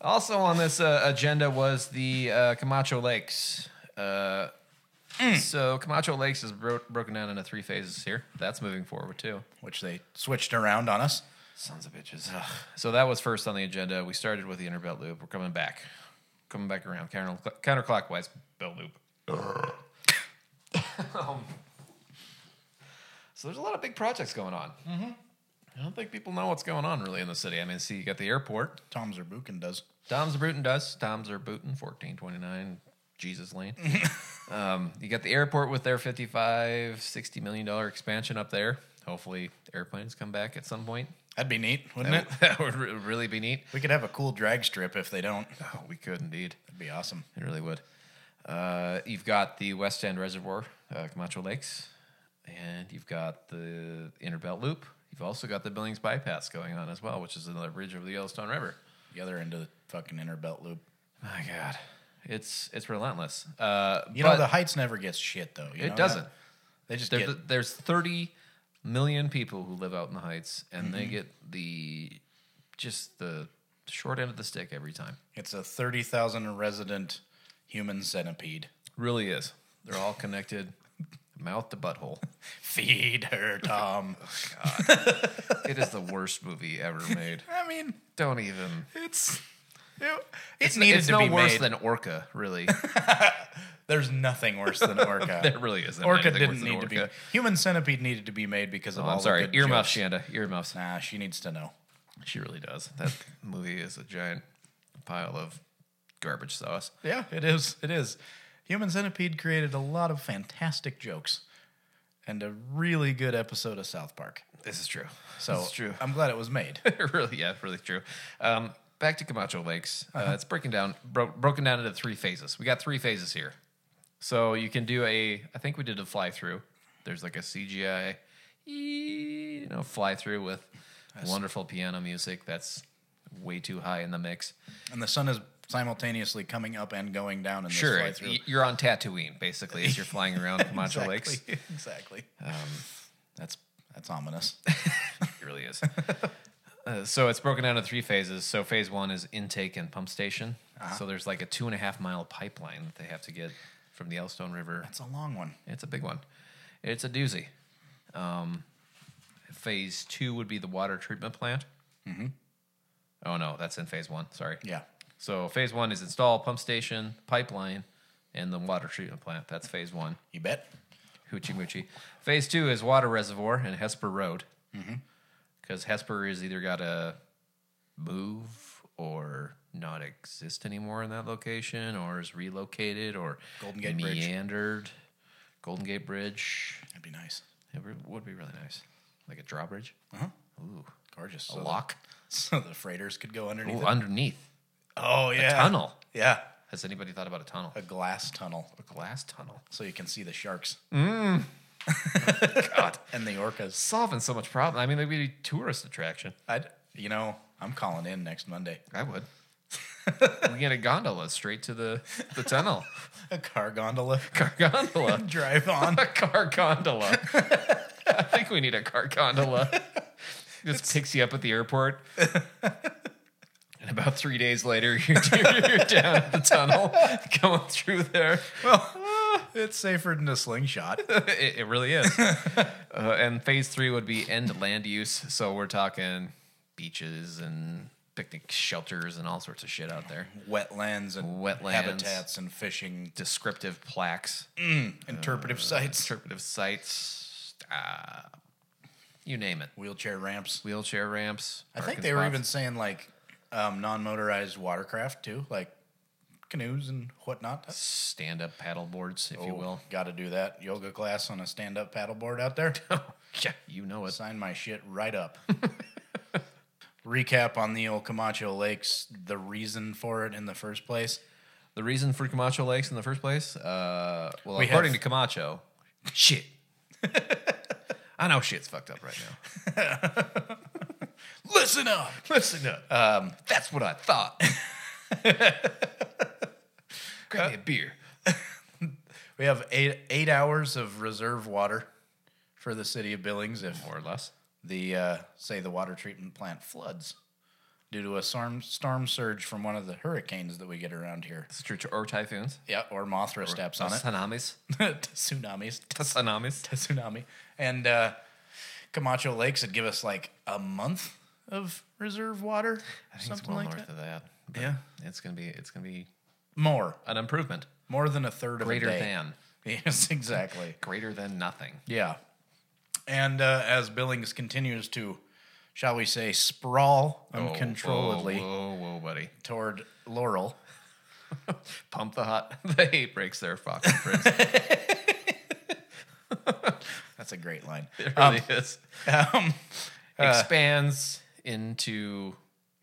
also on this uh, agenda was the uh, Camacho Lakes. Uh,
Mm.
So Camacho Lakes is bro- broken down into three phases here. That's moving forward too.
Which they switched around on us.
Sons of bitches. So that was first on the agenda. We started with the inner belt loop. We're coming back, coming back around counter- counterclockwise belt loop. Um, so there's a lot of big projects going on. Mm-hmm. I don't think people know what's going on really in the city. I mean, see, you got the airport.
Tom Zerbukin does.
Dom's Bruton does. Dom's are Bruton, 1429 Jesus Lane. um, you got the airport with their 55, 60 million dollar expansion up there. Hopefully, airplanes come back at some point.
That'd be neat, wouldn't
That,
it?
would- that would re- really be neat.
We could have a cool drag strip if they don't.
Oh, we could indeed.
That'd be awesome.
It really would. Uh, you've got the West End Reservoir, uh, Camacho Lakes, and you've got the Inner Belt Loop. You've also got the Billings Bypass going on as well, which is another bridge over the Yellowstone River.
The other end of the fucking inner belt loop.
My God, it's it's relentless. Uh,
You
but
know, the heights never gets shit though. you
it
know that?
doesn't.
They just
There-
get
there's 30 million people who live out in the heights, and they get the just the short end of the stick every time.
it's a thirty thousand resident human centipede.
Really is. They're all connected, mouth to butthole.
Feed her, Tom.
It is the worst movie ever made.
I mean,
Don't even.
it's it, it
It's,
needed
it's
to
no
be
worse
made.
than Orca, really.
There's nothing worse than Orca.
there really isn't.
Orca
anything worse
didn't
than
need to be.
Orca.
Human centipede needed to be made because of
Oh,
all
I'm
the
sorry.
good
Earmuffs,
jokes.
Shanda. Earmuffs.
Nah, she needs to know.
She really does. That movie is a giant pile of garbage sauce.
Yeah, it is. It is. Human Centipede created a lot of fantastic jokes and a really good episode of South Park.
This is true.
So
this is true.
I'm glad it was made.
really, yeah, really true. Um, back to Camacho Lakes. Uh, it's breaking down, bro- broken down into three phases. We got three phases here, so you can do a. I think we did a fly through. There's like a CGI, you know, fly through with wonderful piano music. That's way too high in the mix.
and the sun is simultaneously coming up and going down in this
Sure,
fly through.
y- you're on Tatooine basically as you're flying around Camacho Lakes. Um,
exactly. Exactly. that's that's ominous.
It really is. Uh, so it's broken down into three phases. So phase one is intake and pump station. So there's like a two and a half mile pipeline that they have to get from the Yellowstone River.
That's a long one.
It's a big one. It's a doozy. Um, phase two would be the water treatment plant. Oh no, that's in phase one. Sorry.
Yeah.
So phase one is install pump station, pipeline, and the water treatment plant. That's phase one.
You bet.
Hoochie moochie. Phase two is water reservoir and Hesper Road.
Mm-hmm.
Because Hesper is either got to move or not exist anymore in that location or is relocated or
Golden Gate Bridge.
meandered. Golden Gate Bridge.
That'd be nice.
It re- would be really nice. Like a drawbridge.
Uh-huh.
Ooh.
Gorgeous.
A
So the-
lock.
so the freighters could go underneath.
Ooh,
it.
underneath.
oh yeah.
Tunnel.
Yeah.
Has anybody thought about a tunnel?
A glass tunnel,
A glass tunnel.
so you can see the sharks
God.
and the orcas.
Solving so much problem. I mean, they'd be a tourist attraction.
I'd, you know, I'm calling in next Monday.
I would. we get a gondola straight to the, the tunnel.
A car gondola
Car gondola.
drive on.
A car gondola. I think we need a car gondola. Just picks you up at the airport. And about three days later, you're, you're down at the tunnel going through there.
well, it's safer than a slingshot.
it, it really is. uh, and phase three would be end land use. So we're talking beaches and picnic shelters and all sorts of shit out there.
Wetlands and
Wetlands.
habitats and fishing
Descriptive plaques,
interpretive sites,
interpretive sites, uh, you name it.
wheelchair ramps.
Wheelchair ramps.
I think
parking
they were
spots.
even saying like um, non-motorized watercraft too, like canoes and whatnot.
stand up paddle boards, if you
Oh,
will.
Got to do that yoga class on a stand-up paddleboard out there.
Yeah, you know it.
Sign my shit right up. Recap on the old Camacho Lakes, the reason for it in the first place.
The reason for Camacho Lakes in the first place? Uh, well,
We
according
have-
to Camacho, shit. I know shit's fucked up right now.
Listen up.
Listen up. Um, That's what I thought. Grab me a beer.
We have eight eight hours of reserve water for the city of Billings if
More or less.
the uh, say the water treatment plant floods due to a storm storm surge from one of the hurricanes that we get around here.
It's true. Or typhoons.
Yeah, or Mothra steps on it.
Tsunamis.
Tsunamis,
Tsunamis.
tsunami, and uh, Camacho Lakes would give us like a month of reserve water,
I think it's
something
well
like
north
that.
of that. but
Yeah.
It's gonna be it's gonna be
More,
an improvement.
more than a third of
Greater
a day.
than.
Yes, exactly.
Greater than nothing.
Yeah. And uh, as Billings continues to, shall we say, sprawl
Oh,
uncontrollably
Whoa, whoa, whoa, buddy.
toward Laurel,
Pump the hot the hate breaks there, Fox and Prince. It
that's a great line.
really is.
Um,
Expands into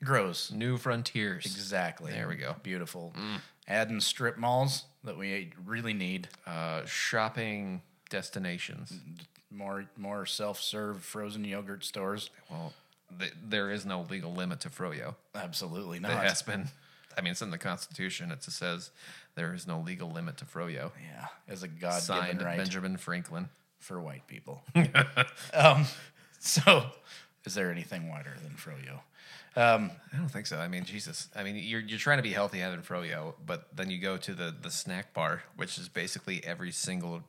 grows.
new frontiers.
Exactly.
Mm. There we go. Mm.
Beautiful. Adding strip malls that we really need.
Uh, shopping destinations.
More more self serve frozen yogurt stores.
Well, th- there is no legal limit to froyo.
Absolutely
It
not.
has been. I mean, it's in the Constitution. It says there is no legal limit to froyo.
Yeah, as a God
Signed
given right
Benjamin Franklin.
for white people. um, so, is there anything whiter than froyo?
I don't think so. I mean, Jesus. I mean, you're you're trying to be healthy having froyo, but then you go to the the snack bar, which is basically every single,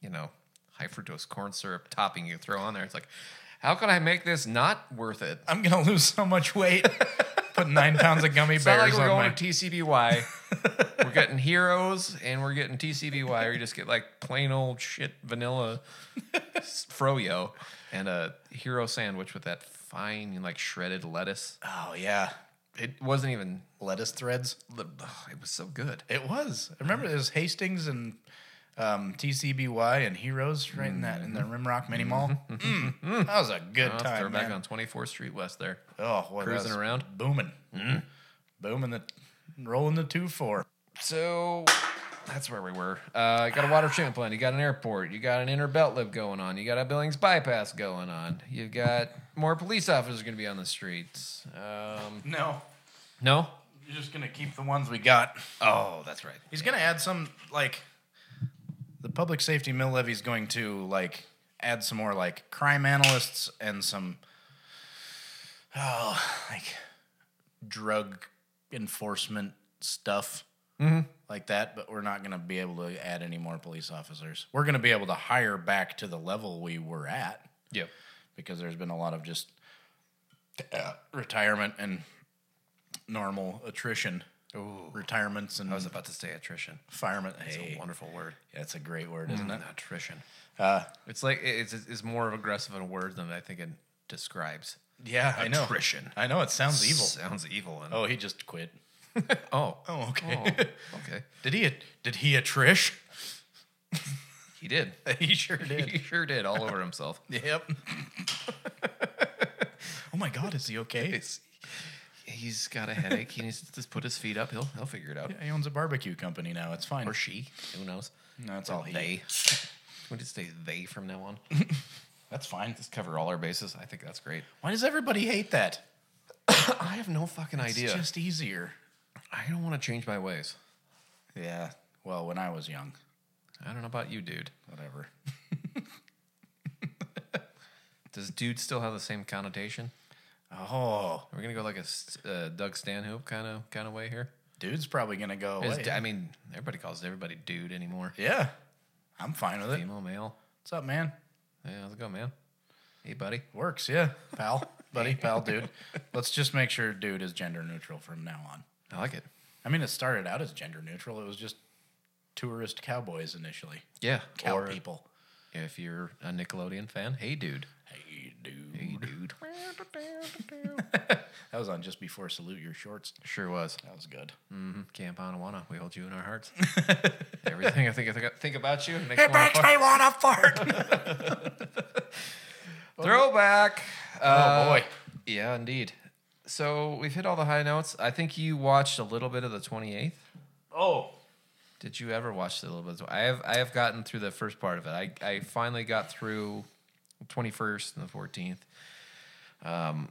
you know, high fructose corn syrup topping you throw on there. It's like, how can I make this not worth it?
I'm gonna lose so much weight. Put nine pounds of gummy
It's not like
bears
we're
on
going
my.
to TCBY. we're getting heroes and we're getting TCBY, or you just get like plain old shit vanilla s- froyo and a hero sandwich with that fine like shredded lettuce.
oh yeah,
It wasn't even.
lettuce threads.
ugh, It was so good.
It was. I remember there's Hastings and um, TCBY and Heroes right in that in
Mm-hmm.
the Rimrock Mini Mall. Mm, that was a good
Off
time,
throwback
man.
on 24th Street West there.
Oh, what
Cruising around. Mm-hmm.
booming, booming the, rolling the two four.
So that's where we were. Uh, you got a water treatment plant. You got an airport. You got an inner belt lip going on. You got a Billings bypass going on. You've got more police officers going to be on the streets. Um,
No,
no?
you're just gonna keep the ones we got.
Oh, that's right.
He's gonna add some like the public safety mill levy's going to like add some more like crime analysts and some oh like drug enforcement stuff like that, but we're not gonna be able to add any more police officers. We're gonna be able to hire back to the level we were at
Yep.
because there's been a lot of just uh, retirement and normal attrition,
Ooh.
retirements, and
I was about to say attrition.
firemen.
It's
Hey,
a wonderful word,
yeah, it's a great word, isn't it?
attrition.
Uh,
It's like it's, it's more of aggressive in a word than I think it describes.
yeah, I know.
Attrition.
I know it sounds evil.
Sounds evil. And,
Oh, he just quit.
oh,
Oh, okay.
Oh, okay.
did he? Did he attrish?
He did.
He sure
he sure did. All over himself.
yep. oh my God, is he okay?
It's, he's got a headache. He needs to just put his feet up. He'll he'll figure it out.
He owns a barbecue company now. It's fine.
Or she. Who knows?
No, it's all he.
They. We just say they from now on.
That's fine.
Just cover all our bases. I think that's great.
Why does everybody hate that?
I have no fucking idea.
It's just easier.
I don't want to change my ways.
Yeah. Well, when I was young,
I don't know about you, dude.
whatever.
Does dude still have the same connotation?
Oh,
Are we gonna go like a S- uh, Doug Stanhope kind of kind of way here?
dude's probably gonna go
Is
away.
d- I mean, everybody calls everybody dude anymore.
yeah, I'm fine with it.
Female, male.
What's up, man?
Yeah, how's it going, man? Hey, buddy.
Works, yeah, pal, buddy, pal, dude. Let's just make sure dude is gender neutral from now on.
I like it.
I mean, it started out as gender neutral. It was just tourist cowboys initially,
Yeah.
cow
or
people.
if you're a Nickelodeon fan, hey, dude.
Hey,
Hey, dude.
dude. That was on just before Salute Your Shorts.
sure was.
That was good.
Mm-hmm. Camp Anawana, we hold you in our hearts. Everything I think I think- think about you makes me wanna fart.
wanna fart.
Throwback.
oh
Uh,
boy.
Yeah, indeed. So we've hit all the high notes. I think you watched a little bit of the 28th.
Oh.
Did you ever watch the little bit? I have. I have gotten through the first part of it. I, I finally got through twenty first and the fourteenth. Um,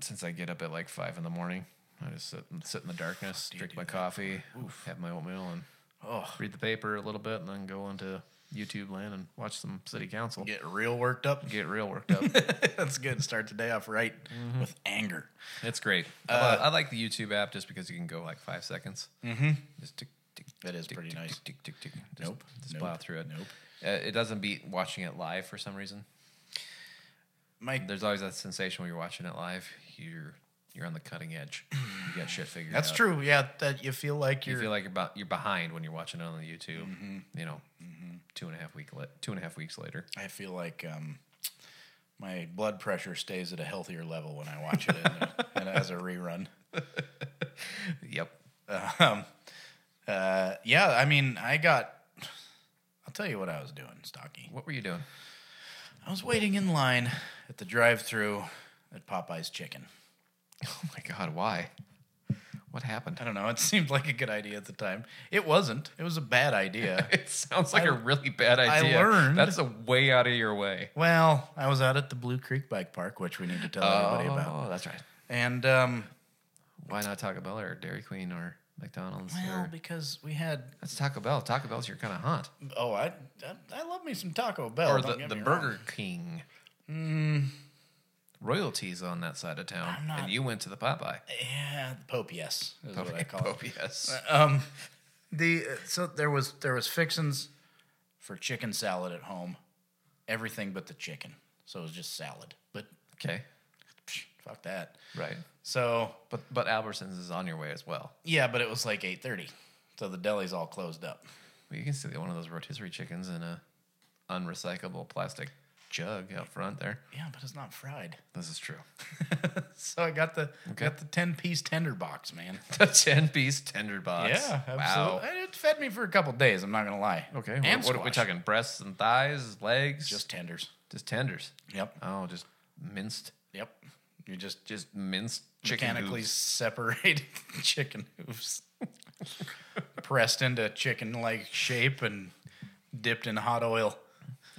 since I get up at like five in the morning, I just sit, sit in the darkness, drink my coffee, have my oatmeal, and
Oh.
read the paper a little bit, and then go onto YouTube land and watch some city council.
Get real worked up.
Get real worked up.
That's good. Start the day off right
Mm-hmm.
with anger.
it's great. I,
Uh,
love- I like the YouTube app just because you can go like five seconds. Mm-hmm. Just tick, tick,
That is
tick,
pretty
tick,
nice.
Tick, tick, tick, tick. Just,
Nope.
Just
Nope.
plow through it.
Nope.
Uh, it doesn't beat watching it live for some reason.
Mike,
There's always that sensation when you're watching it live. You're you're on the cutting edge. You got shit figured
that's
out.
true. Yeah, that you feel like
You
you're. Mm-hmm.
feel like you're about, you're behind when you're watching it on the YouTube. You know, two and a half week li- two and a half weeks later.
I feel like um, my blood pressure stays at a healthier level when I watch it in a, and as a rerun.
Yep.
Um, uh, yeah, I mean, I got. I'll tell you what I was doing, Stocky.
What were you doing?
I was waiting in line at the drive-through at Popeye's Chicken.
Oh my god, why? What happened?
I don't know. It seemed like a good idea at the time. It wasn't. It was a bad idea.
It sounds like a really bad idea.
learned-
that's a way out of your way.
well, I was out at the Blue Creek Bike Park, which we need to tell everybody about.
Oh, that's right.
And um,
Why not Taco Bell or Dairy Queen or McDonald's?
well,
or,
because we had
that's Taco Bell. Taco Bell's your kind of hot.
oh, I, I I love me some Taco Bell
or
Oh, don't
Oh, the,
get
the
me
Burger
wrong. Mm.
King. Royalties on that side of town,
I'm not-
and you went to the Popeye.
Yeah, the Pope yes is what I
Okay,
call it.
Pope, yes.
Um, the uh, so there was there was fixins for chicken salad at home, everything but the chicken. So it was just salad. But
Okay,
psh, fuck that.
right.
So
But but Albertsons is on your way as well.
yeah, but it was like eight thirty, so the deli's all closed up.
Well, you can see one of those rotisserie chickens in a unrecyclable plastic jug out front there.
Yeah, but it's not fried.
This is true.
So I got the
Okay.
got the ten piece tender box, man.
The ten piece tender box.
Yeah, absolutely. And It fed me for a couple days. I'm not gonna lie.
Wow. Okay.
and
what, what are we
squash.
talking? Breasts and thighs, legs,
Just tenders.
just tenders.
Yep.
Oh, just minced,
Yep. You just
just minced chicken
mechanically
hooves.
separated chicken hooves, pressed into chicken-like shape and dipped in hot oil.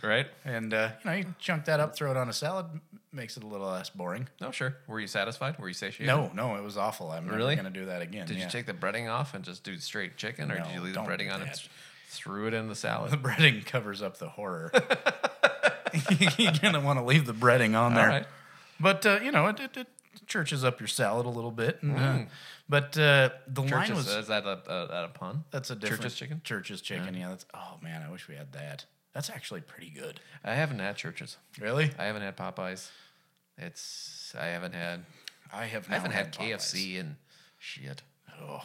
right?
And uh, you know, you chunk that up, throw it on a salad, m- makes it a little less boring.
No, sure. Were you satisfied? Were you satiated?
No, no, it was awful. I'm
Really?
never gonna do that again.
Did
yeah.
you take the breading off and just do straight chicken, or did you
No,
leave the
don't
breading
do
on and
that.
s- threw it in the
the
salad?
breading covers up the horror? You're gonna want to leave the breading on there.
All right.
But uh, you know, it, it, it churches up your salad a little bit. And,
Mm.
uh, but uh, the line
Church's,
was
is that a, a, that a pun?
That's a different
Church's chicken?
Church's chicken. Yeah. that's oh man, I wish we had that. That's actually pretty good.
I haven't had churches.
Really?
I haven't had Popeyes. It's I haven't had
I have.
I haven't
now
had
Popeyes.
KFC and Shit.
Oh,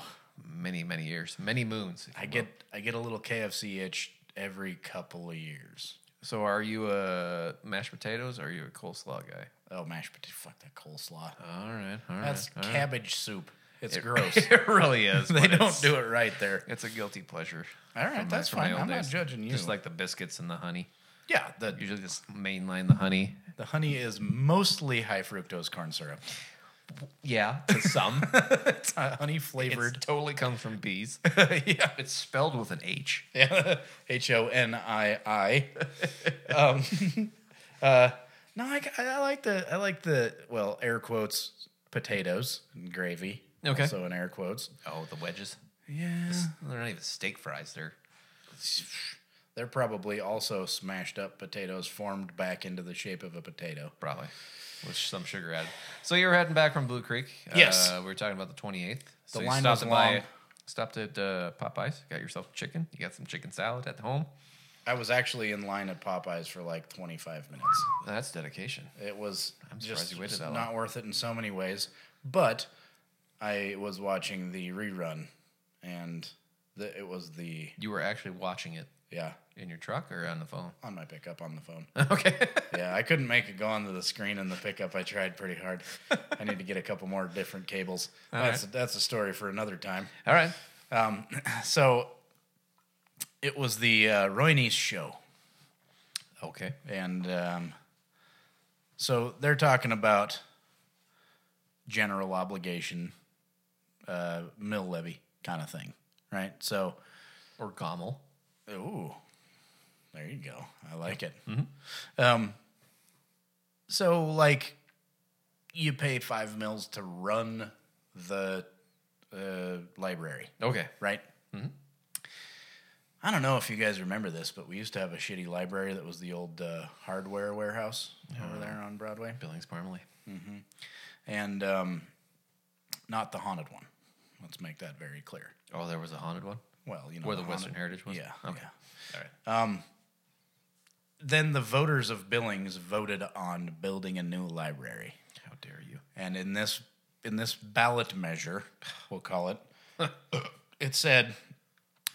Many, many years. Many moons. if
I
you
get I get a little KFC itch every couple of years.
will. So are you a mashed potatoes or are you a coleslaw guy?
Oh, mashed potato. Fuck that coleslaw.
All right. All right.
That's
all right.
cabbage soup. It's
Uh, It-
gross.
it really is.
they
but
don't
it's-
do it right there.
It's a guilty pleasure.
All right,
from
that's
from
fine.
old
I'm not judging you.
Just like the biscuits and the honey.
Yeah, the
Usually just mainline the honey.
the honey is mostly high fructose corn syrup.
Yeah, to some.
it's uh, honey
it
flavored.
totally comes from bees.
yeah.
It's spelled with an H.
Yeah. H O N I I. Um, uh, no, I, I like the I like the well air quotes potatoes and gravy.
Okay.
Also in air quotes.
Oh, the wedges.
Yeah.
They're not even steak fries. They're
They're probably also smashed up potatoes formed back into the shape of a potato.
probably with some sugar added. So you were heading back from Blue Creek.
Yes.
Uh, we were talking about the 28th. So
The
you
line
stopped
was
at by-
long.
Stopped at uh, Popeyes. Got yourself chicken. You got some chicken salad at home.
I was actually in line at Popeyes for like 25 minutes.
That's dedication.
It was
I'm surprised
just
you waited that
not worth it in so many ways. But I was watching the rerun, and the, it was the
You were actually watching it
yeah
in your truck or on the phone.
on my pickup on the phone.
Okay.
yeah, I couldn't make it go onto the screen in the pickup. I tried pretty hard. I need to get a couple more different cables.
All
that's that's a story for another time.
All right.
Um, so it was the uh, Roy Neese show.
Okay.
And um, so they're talking about general obligation, uh, mill levy kind of thing, right? So,
Or Gommel.
ooh, there you go. I like it. Um, so, like, you pay five mills to run the uh, library,
Okay.
right? I don't know if you guys remember this, but we used to have a shitty library that was the old uh, hardware warehouse over there on Broadway,
Billings Parmalee.
and um, not the haunted one. Let's make that very clear.
Oh, there was a haunted one?
Well, you know
Where the
haunted-
Western Heritage was?
Yeah.
Okay.
yeah.
All right.
Um, Then the voters of Billings voted on building a new library,
How dare you?
and in this in this ballot measure, we'll call it, it said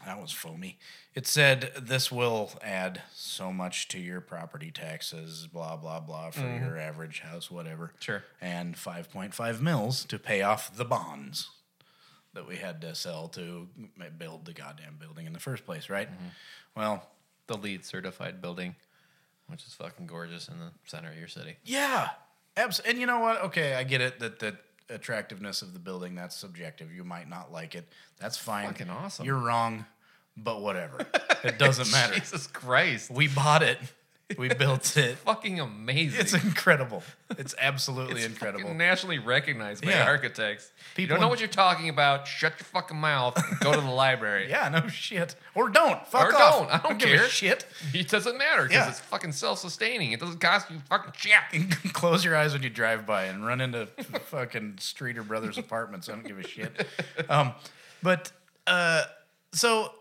that was foamy. It said this will add so much to your property taxes, blah blah blah, for your average house, whatever.
Sure.
And five point five mils to pay off the bonds that we had to sell to ma- build the goddamn building in the first place, right? Well,
The lead certified building, which is fucking gorgeous in the center of your city.
Yeah, abs- and you know what? Okay, I get it that the attractiveness of the building that's subjective. You might not like it. That's fine.
fucking awesome.
You're wrong, but whatever. it doesn't matter.
Jesus Christ.
We bought it. We built it.
Fucking amazing.
It's incredible. It's absolutely
It's
incredible.
fucking nationally recognized by
Yeah.
architects. you
People
don't know
in-
what you're talking about. Shut your fucking mouth. And go to the library.
yeah, no shit. Or don't. Fuck
Or
off.
don't. I don't
give a
care.
shit.
It doesn't matter because
Yeah.
it's fucking self-sustaining. It doesn't cost you fucking shit.
Close your eyes when you drive by and run into fucking Streeter Brothers apartments. I don't give a shit. Um, but uh, so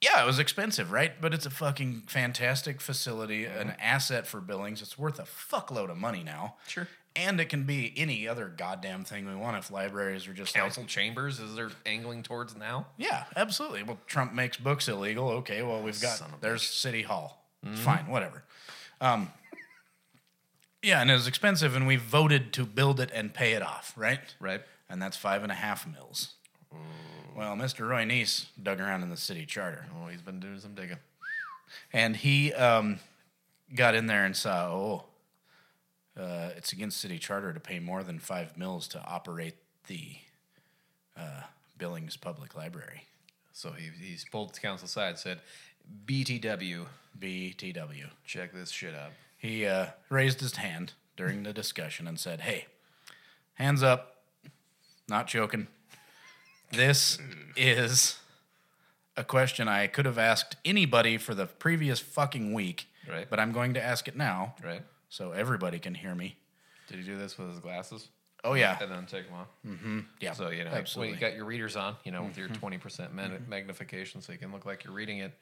yeah, it was expensive, right? But it's a fucking fantastic facility, an asset for Billings. It's worth a fuckload of money now.
Sure.
And it can be any other goddamn thing we want if libraries are just like,
Council chambers is they're angling towards now.
yeah, absolutely. Well, Trump makes books illegal. Okay, well we've got
Son of a Mm-hmm.
there's City Hall. Fine, whatever. Um, yeah, and it was expensive, and we voted to build it and pay it off, right?
Right.
And that's five and a half mils. Well, Mr. Roy Neese dug around in the city charter,
Oh, he's been doing some digging.
and he um, got in there and saw, oh, uh, it's against city charter to pay more than five mils to operate the uh, Billings Public Library,
So he, he's pulled the council aside and said, BTW,
BTW.
check this shit out.
He uh, raised his hand during the discussion and said, Hey, hands up. Not joking. This is a question I could have asked anybody for the previous fucking week,
Right.
but I'm going to ask it now
Right?
so everybody can hear me.
Did he do this with his glasses?
Oh yeah.
and then take them off.
Yeah.
So you know
absolutely. Mm-hmm.
when you got your readers on, you know, with your twenty percent magnification, so you can look like you're reading it,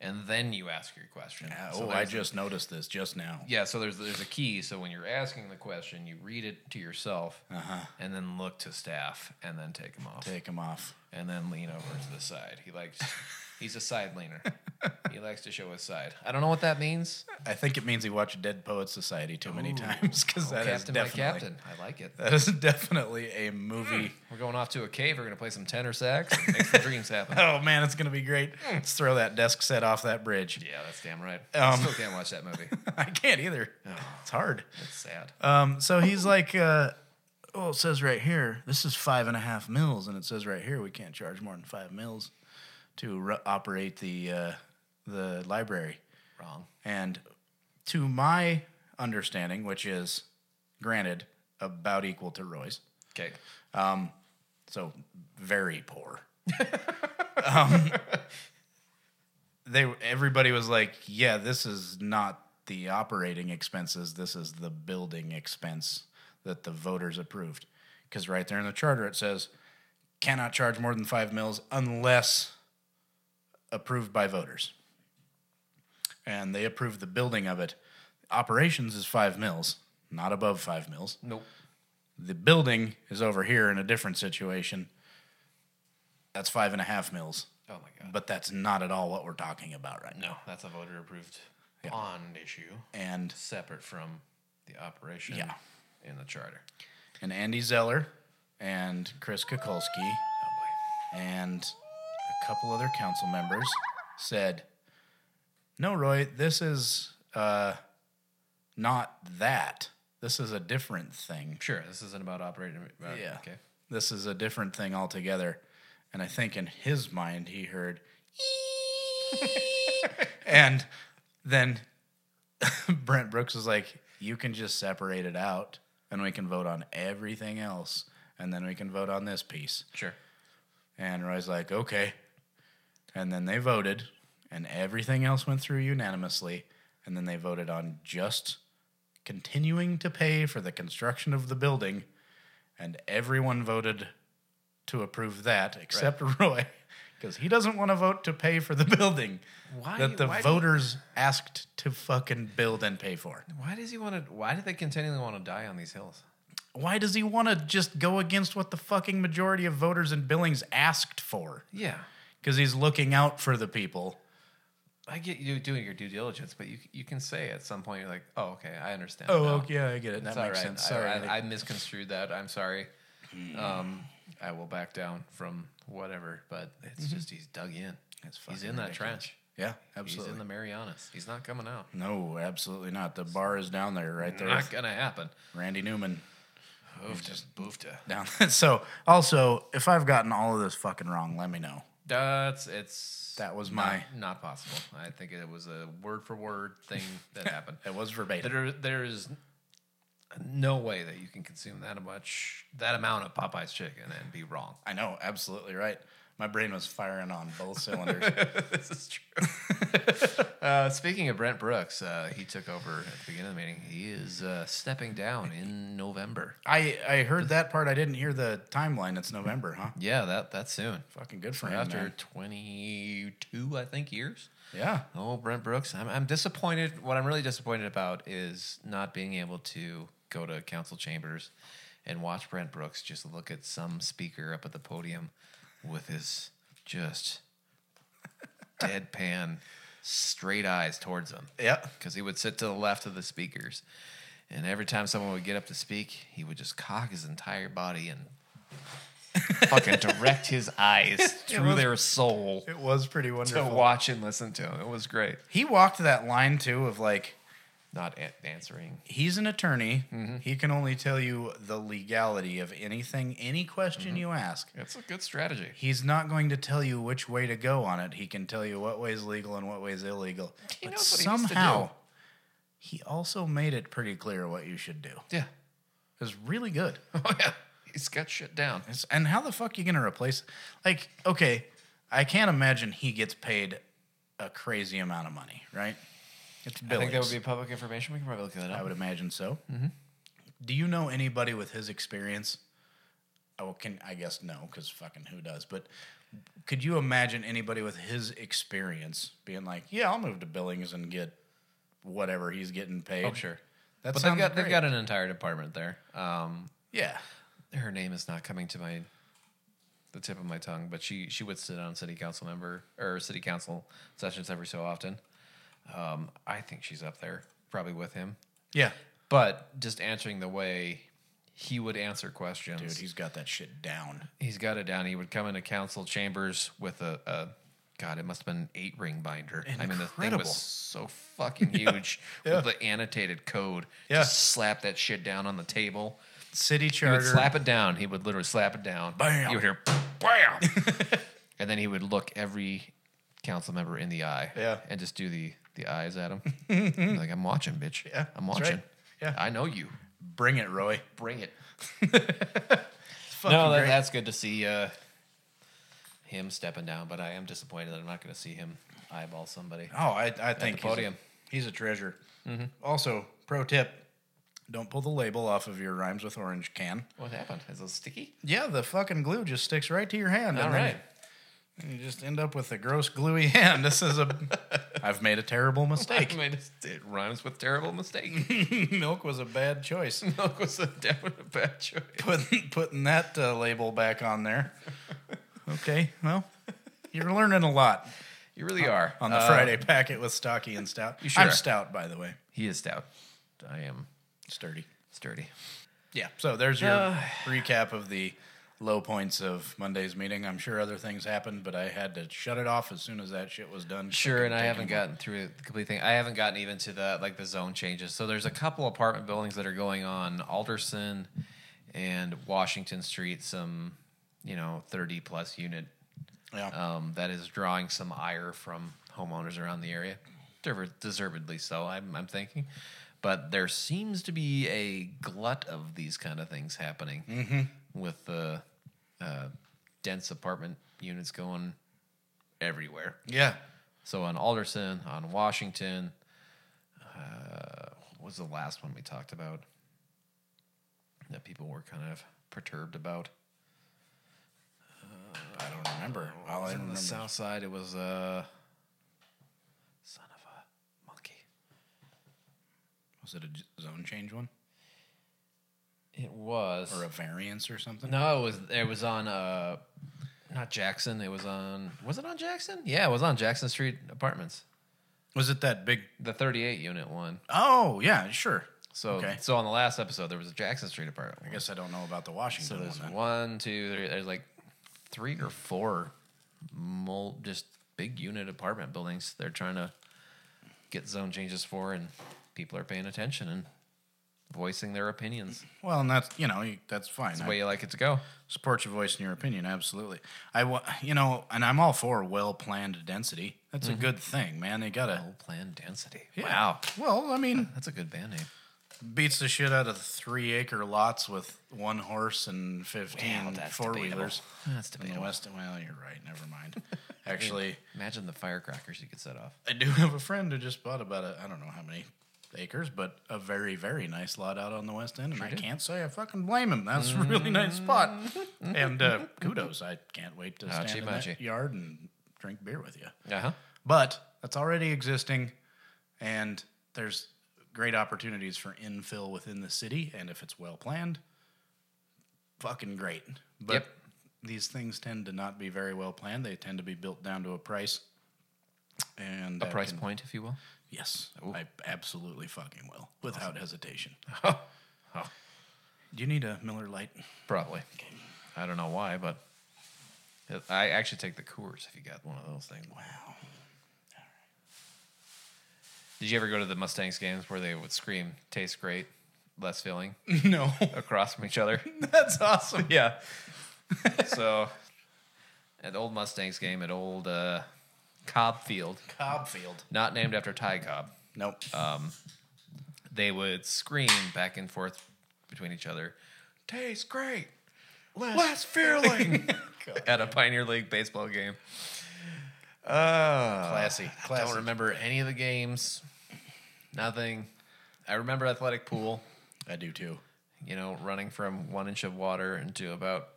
and then you ask your question.
Yeah,
So
oh, I
there's a-
just noticed this just now.
yeah. So there's there's a key. So when you're asking the question, you read it to yourself, and then look to staff, and then take them off,
Uh-huh. Take him off.
and then lean over to the side. He likes he's a side leaner. he likes to show his side. I don't know what that means.
I think it means he watched Dead Poets Society too many times because that is
Oh, captain, my
definitely
captain. Hmm. I like it.
that is definitely a movie.
We're going off to a cave. We're gonna play some tenor sax. and Make some dreams happen.
Oh man, it's gonna be great. Let's throw that desk set off that bridge.
Yeah, that's damn right. I
Um,
still can't watch that movie.
I can't either. It's hard.
It's sad.
Um, so he's like, uh, well, it says right here, this is five and a half mils, and it says right here we can't charge more than five mils to ru operate the uh, the library.
Wrong.
And to my understanding, which is granted about equal to Roy's,
Okay.
so very poor. um, they everybody was like, "Yeah, this is not the operating expenses. This is the building expense that the voters approved." Because right there in the charter it says, "Cannot charge more than five mils unless approved by voters." And they approved the building of it. Operations is five mils, not above five mils
Nope.
the building is over here in a different situation. That's five and a half mils,
Oh my god.
but that's not at all what we're talking about right now.
No, that's a voter approved bond issue
And
separate from the operation
Yeah.
in the charter.
and Andy Zeller and Chris Kukulski
Oh boy.
and a couple other council members said, "No, Roy, this is uh, not that. This is a different thing.
Sure, this isn't about operating. uh,
Yeah.
Okay.
This is a different thing altogether." And I think in his mind he heard And then Brent Brooks was like, "You can just separate it out, and we can vote on everything else, and then we can vote on this piece."
Sure.
And Roy's like, "Okay." And then they voted, and everything else went through unanimously. And then they voted on just continuing to pay for the construction of the building, and everyone voted to approve that except Roy, because he doesn't want to vote to pay for the building
Why
that the
why do-
voters asked to fucking build and pay for.
why does he want to? Why do they continually want to die on these hills?
Why does he want to just go against what the fucking majority of voters in Billings asked for?
Yeah,
Because he's looking out for the people.
I get you doing your due diligence, but you you can say at some point you're like, oh okay, I understand.
Oh,
now.
okay, yeah, I get it.
It's
that
all
makes
right.
sense.
I-
Sorry.
I, I, misconstrued that. I'm sorry. Um, I will back down from whatever, but it's
Mm-hmm.
just he's dug in. he's in that trench.
yeah,
He's in
absolutely.
the Marianas. He's not coming out.
no, absolutely not. The bar is down there, right there.
Not
with
gonna happen.
Randy Newman.
Boofta, boofta.
Down. so, also, if I've gotten all of this fucking wrong, let me know.
That's it's
That was
not-
my-
not, possible. I think it was a word for word thing that happened.
It was verbatim.
There there is no way that you can consume that much that amount of Popeye's chicken and be wrong.
I know, absolutely right. My brain was firing on both cylinders.
this is true. uh, speaking of Brent Brooks, uh, he took over at the beginning of the meeting. He is uh, stepping down in November.
I I heard that part. I didn't hear the timeline. It's November, huh?
Yeah, that that's soon.
Fucking good for him.
After
man.
22, I think, years.
yeah,
Oh, Brent Brooks. I'm, I'm disappointed. What I'm really disappointed about is not being able to go to council chambers and watch Brent Brooks just look at some speaker up at the podium with his just deadpan, straight eyes towards him.
yeah.
because he would sit to the left of the speakers. And every time someone would get up to speak, he would just cock his entire body and fucking direct his eyes through
was-
their soul
It was pretty
to
wonderful.
watch and listen to him. It was great.
He walked that line too of like
Not a- answering.
he's an attorney.
Mm-hmm.
He can only tell you the legality of anything, any question
Mm-hmm.
you ask.
It's a good strategy.
He's not going to tell you which way to go on it. He can tell you what way is legal and what way is illegal.
He
but
knows what he needs to
somehow
do.
he also made it pretty clear what you should do. It
Yeah.
was really good.
Oh, yeah. He's got shit down.
It's- And how the fuck you gonna replace? Like, okay, I can't imagine he gets paid a crazy amount of money, right? It's
I
Billings.
think that
I,
would be public information. We can probably look that up.
would imagine so. Do you know anybody with his experience? Oh, can I guess no, because fucking who does? But could you imagine anybody with his experience being like, "Yeah, I'll move to Billings and get whatever he's getting paid"?
Oh, sure.
That
but they've
sounds
got
great.
they've got an entire department there. Um,
yeah.
her name is not coming to my the tip of my tongue, but she she would sit on city council member or city council sessions every so often. Um, I think she's up there, probably with him.
Yeah.
But just answering the way he would answer questions.
Dude, he's got that shit down.
he's got it down. He would come into council chambers with a, a God, it must have been an eight ring binder. I mean, the thing
Incredible.
was so fucking huge
Yeah.
with the annotated code.
Yeah.
Just slap that shit down on the table.
City
He
charter.
would slap it down. He would literally slap it down.
Bam.
You would hear bam. and then he would look every council member in the eye.
Yeah.
And just do the the eyes at him. Be like I'm watching, bitch.
Yeah,
I'm
that's right.
watching.
Yeah.
I know you.
Bring it, Roy.
Bring it.
Fucking
No, that,
great.
that's good to see uh, him stepping down. But I am disappointed that I'm not going to see him eyeball somebody.
Oh, I, I think he's a-
podium. Mm-hmm.
He's, a, treasure. Also, pro tip: don't pull the label off of your rhymes with orange can.
What happened? Is it sticky?
Yeah, the fucking glue just sticks right to your hand.
All
and then
right.
you- you just end up with a gross gluey hand. This is a. I've made a terrible
I
mistake.
mean, it's- it rhymes with terrible mistake.
Milk was a bad choice.
Milk was a definite bad choice.
Putting putting that uh, label back on there. Okay, well, you're learning a lot
You really are
on the
Uh,
Friday packet with Stocky and Stout.
You sure
I'm
are.
stout, by the way.
He is stout. I am
Sturdy.
sturdy.
Yeah. So there's your
Uh,
recap of the low points of Monday's meeting. I'm sure other things happened, but I had to shut it off as soon as that shit was done.
Sure, and I
Taking
haven't
a look.
gotten through the complete thing. I haven't gotten even to the like the zone changes. So there's a couple apartment buildings that are going on Alderson and Washington Street. Some you know 30 plus unit
Yeah.
um, that is drawing some ire from homeowners around the area, Deserv- deservedly so. I'm, I'm thinking, but there seems to be a glut of these kind of things happening with the uh, dense apartment units going everywhere.
yeah.
So on Alderson, on Washington, uh, what was the last one we talked about that people were kind of perturbed about?
I don't remember. All I
was on
remember.
the south side. It was uh, son of a monkey.
Was it a j- zone change one
It was
or a variance or something?
no. It was it was on uh, not Jackson. It was on was it on Jackson? Yeah, it was on Jackson Street Apartments,
Was it that big?
the thirty eight unit one.
Oh yeah, sure.
So
Okay.
so on the last episode there was a Jackson Street apartment.
I guess I don't know about the Washington
So there's
one. then.
one, two, three. There's like three or four, mul- just big unit apartment buildings. They're trying to get zone changes for, and people are paying attention and voicing their opinions.
Well, and that's you know you- that's fine.
It's
I-
the way you like it to go.
support your voice and your opinion absolutely i wa- you know and i'm all for well planned density that's
Mm-hmm.
a good thing man they gotta
Whole plan density.
Yeah.
Wow,
well i mean
that's a good band name.
beats the shit out of three acre lots with one horse and 15
that's
four wheelers
debatable. That's
in the
debatable.
west well you're right never mind actually
Imagine the firecrackers you could set off.
i do have a friend who just bought about a i don't know how many acres but a very very nice lot out on the west end and i can't say i fucking blame him that's a really nice spot and uh, kudos i can't wait to stand in
Hachi-machi.
that yard and drink beer with you
Uh huh.
but that's already existing and there's great opportunities for infill within the city and if it's well planned fucking great but
Yep.
these things tend to not be very well planned they tend to be built down to a price and
A
that
price
can-
point, if you will.
yes i absolutely fucking will without hesitation do you need a miller light
Probably. I don't know why, but I actually take the Coors if you got one of those things. Wow. Did you ever go to the Mustangs games where they would scream, tastes great, less filling,
no
across from each other?
that's awesome
yeah. so, at the old Mustangs game at old uh, Cobb Field,
cobfield
not named after Ty Cobb,
nope
Uh, they would scream back and forth between each other, tastes great, less, less filling, at a Pioneer League baseball game.
classy
Ah. I
classy
don't remember any of the games. Nothing. I remember athletic pool.
I do too
you know, running from one inch of water into about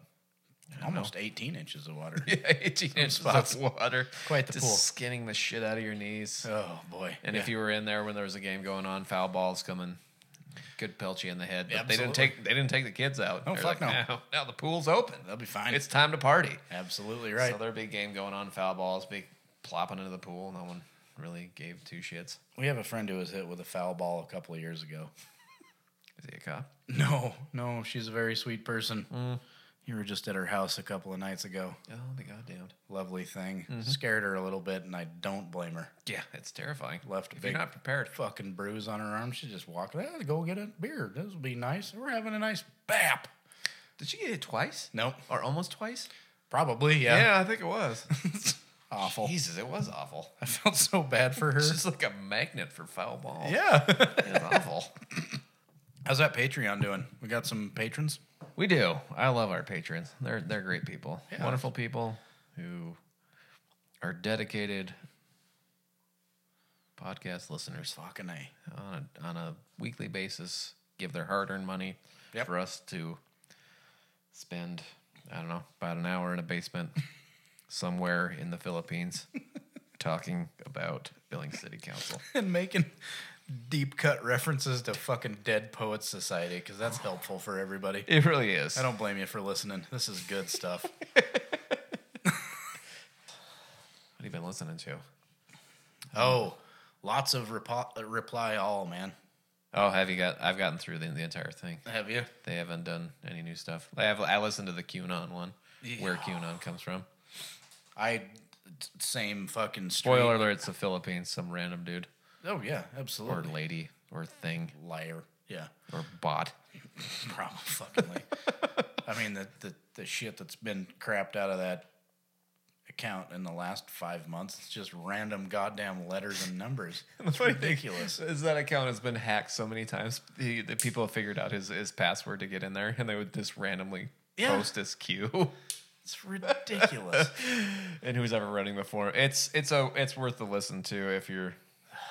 Almost 18 inches of water.
18 inches
spots.
of water.
Quite the
just
pool.
skinning the shit out of your knees.
Oh boy!
and if you were in there when there was a game going on, foul balls coming, good pelch you in the head. But they didn't
Absolutely.
take they didn't take the kids out.
Oh,
They're
fuck no.
Now, now the pool's open.
they'll be fine.
It's time to party.
absolutely right.
So there'd be a game going on, foul balls, be plopping into the pool. No one really gave two shits.
we have a friend who was hit with a foul ball a couple of years ago.
Is he a cop?
No, no, she's a very sweet person. You were just at her house a couple of nights ago.
Oh, be goddamned.
Lovely thing. Scared her a little bit, and I don't blame her.
Yeah, it's terrifying.
Left a
if
big-
you're not prepared.
Fucking bruise on her arm. She just walked. Ah, go get a beer. This will be nice. We're having a nice bap.
Did she get it twice?
Nope.
Or almost twice?
Probably. Yeah.
I think it was.
Awful.
Jesus, it was awful.
I felt so bad for her.
It's just like a magnet for foul balls.
yeah.
It's awful.
How's that Patreon doing? We got some patrons.
We do. I love our patrons. They're they're great people.
Yeah.
Wonderful people who are dedicated podcast listeners
Fucking a.
on a, on a weekly basis. Give their hard-earned money
Yep.
for us to spend. I don't know about an hour in a basement somewhere in the Philippines talking about Billings City Council.
And making deep cut references to fucking Dead Poets Society because that's helpful for everybody.
It really is.
I don't blame you for listening. This is good stuff.
What have you been listening to?
oh, lots of repo- uh, reply all, man.
Oh, have you got? I've gotten through the, the entire thing.
Have you?
They haven't done any new stuff. I have. I listened to the QAnon one, where QAnon comes from.
I t- same fucking street.
Spoiler alert: It's the Philippines. Some random dude
Oh yeah,
or
absolutely.
lady or thing
Liar. Yeah,
or bot.
probably fucking. I mean the, the the shit that's been crapped out of that account in the last five months. It's just random goddamn letters and numbers. It's ridiculous.
Is that account has been hacked so many times? The, the people have figured out his, his password to get in there, and they would just randomly
Yeah.
post his Q.
It's ridiculous.
and who's ever running the forum? It's it's a it's worth the listen to if you're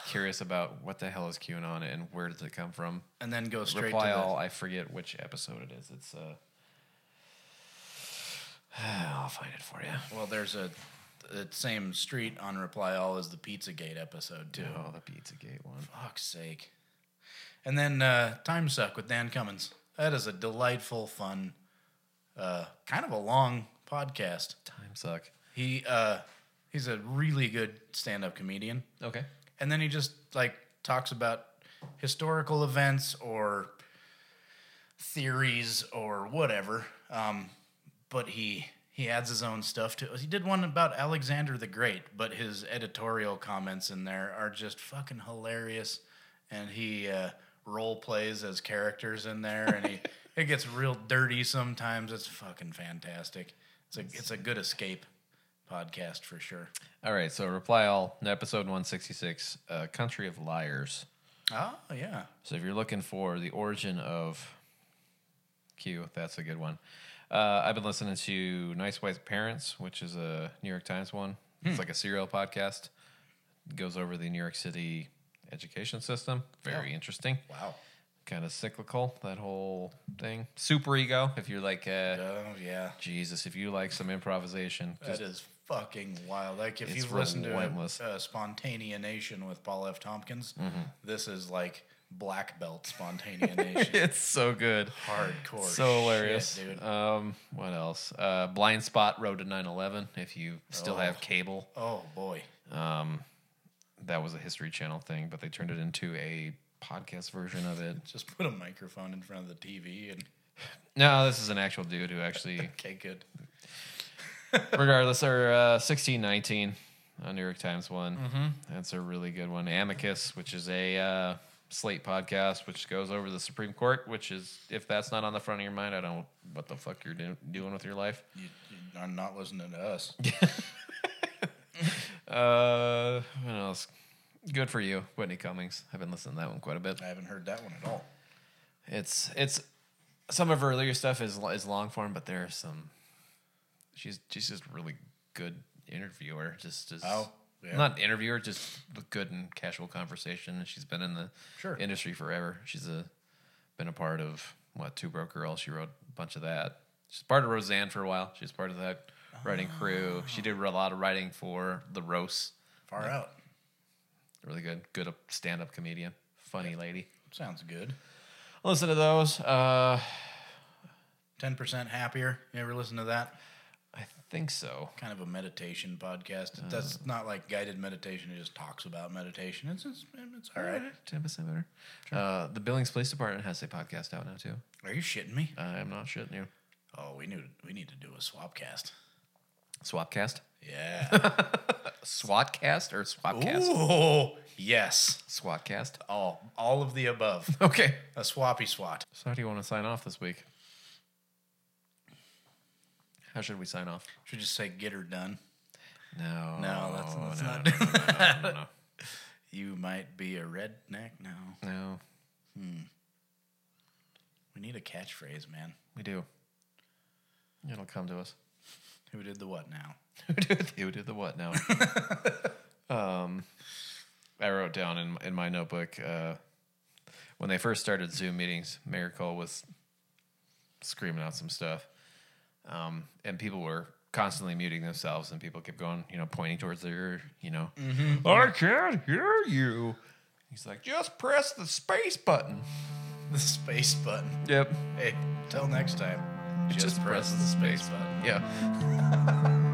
curious about what the hell is QAnon and where does it come from.
and then go straight
reply
to the,
all. I forget which episode it is. It's uh, I'll find it for you.
Well, there's a the same street on Reply All as the Pizzagate episode too.
Oh, the Pizzagate one.
Fuck's sake. And then uh, Time Suck with Dan Cummins. That is a delightful, fun, uh, kind of a long podcast.
Time suck.
He uh, he's a really good stand-up comedian,
Okay.
and then he just like talks about historical events or theories or whatever. Um, but he he adds his own stuff to it. He did one about Alexander the Great, but his editorial comments in there are just fucking hilarious. And he uh, role plays as characters in there, and he it gets real dirty sometimes. It's fucking fantastic. It's a it's a good escape podcast for sure.
All right. So reply all episode one sixty six. Uh, Country of Liars.
Oh yeah,
So if you're looking for the origin of Q, that's a good one. Uh, I've been listening to Nice White Parents, which is a New York Times one.
Hmm.
It's like a serial podcast. It goes over the New York City education system.
Oh.
Very interesting.
wow.
Kind of cyclical, that whole thing. Super ego. If you're like, uh,
Oh yeah,
Jesus, if you like some improvisation,
that
just
is fucking wild. Like if
It's
you've listened
relentless. Mm-hmm.
to uh, Spontanea Nation with Paul F. Tompkins, this is like black belt Spontanea Nation.
it's so good.
Hardcore.
so hilarious.
shit, dude.
Um, what else? Uh, Blind Spot Road to 9/11. If you still have cable,
oh boy.
that was a History Channel thing, but they turned it into a podcast version of it.
Just put a microphone in front of the TV and
No, this is an actual dude who actually,
okay, good.
regardless, or uh, sixteen nineteen, a New York Times one. That's a really good one. Amicus, which is a uh, Slate podcast, which goes over the Supreme Court. Which is, if that's not on the front of your mind, I don't know what the fuck you're do- doing with your life.
You, you are not listening to us.
Uh, what else? Good for you, Whitney Cummings. I've been listening to that one quite a bit.
I haven't heard that one at all.
It's it's some of her earlier stuff is is long form, but there are some. She's she's just really good interviewer. Just just
Oh, yeah.
not interviewer, just good in casual conversation. And she's been in the
Sure.
industry forever. She's a been a part of what Two Broke Girl. She wrote a bunch of that. She's part of Roseanne for a while. She's part of that writing crew. She did a lot of writing for The Roast.
Far out.
Really good, good stand up comedian, funny lady.
Sounds good.
Listen to those. Uh,
Ten percent happier. You ever listen to that?
I think so.
Kind of a meditation podcast.
Uh.
That's not like guided meditation. It just talks about meditation. It's it's, it's all right.
Ten percent better. Uh, the Billings Police Department has a podcast out now too.
Are you shitting me?
I'm not shitting you.
Oh, we knew we need to do a swap cast.
Swapcast,
Yeah.
Swatcast, or Swapcast,
Ooh. Yes.
Swatcast.
All all of the above.
Okay.
A swappy swat.
So how do you want to sign off this week? How should we sign off?
Should just say get her done.
No,
No, that's, that's
no,
not.
no, no, no,
you might be a redneck. No.
no, no.
We need a catchphrase, man.
We do. It'll come to us.
Who did the what now?
Who did- Who did the what now? um, I wrote down in in my notebook uh, when they first started Zoom meetings. Miracle was screaming out some stuff, um, and people were constantly muting themselves, and people kept going, you know, pointing towards their, you know, I can't hear you. He's like, just press the space button.
The space button.
Yep.
Hey, till next time.
Just press the space button. Yeah.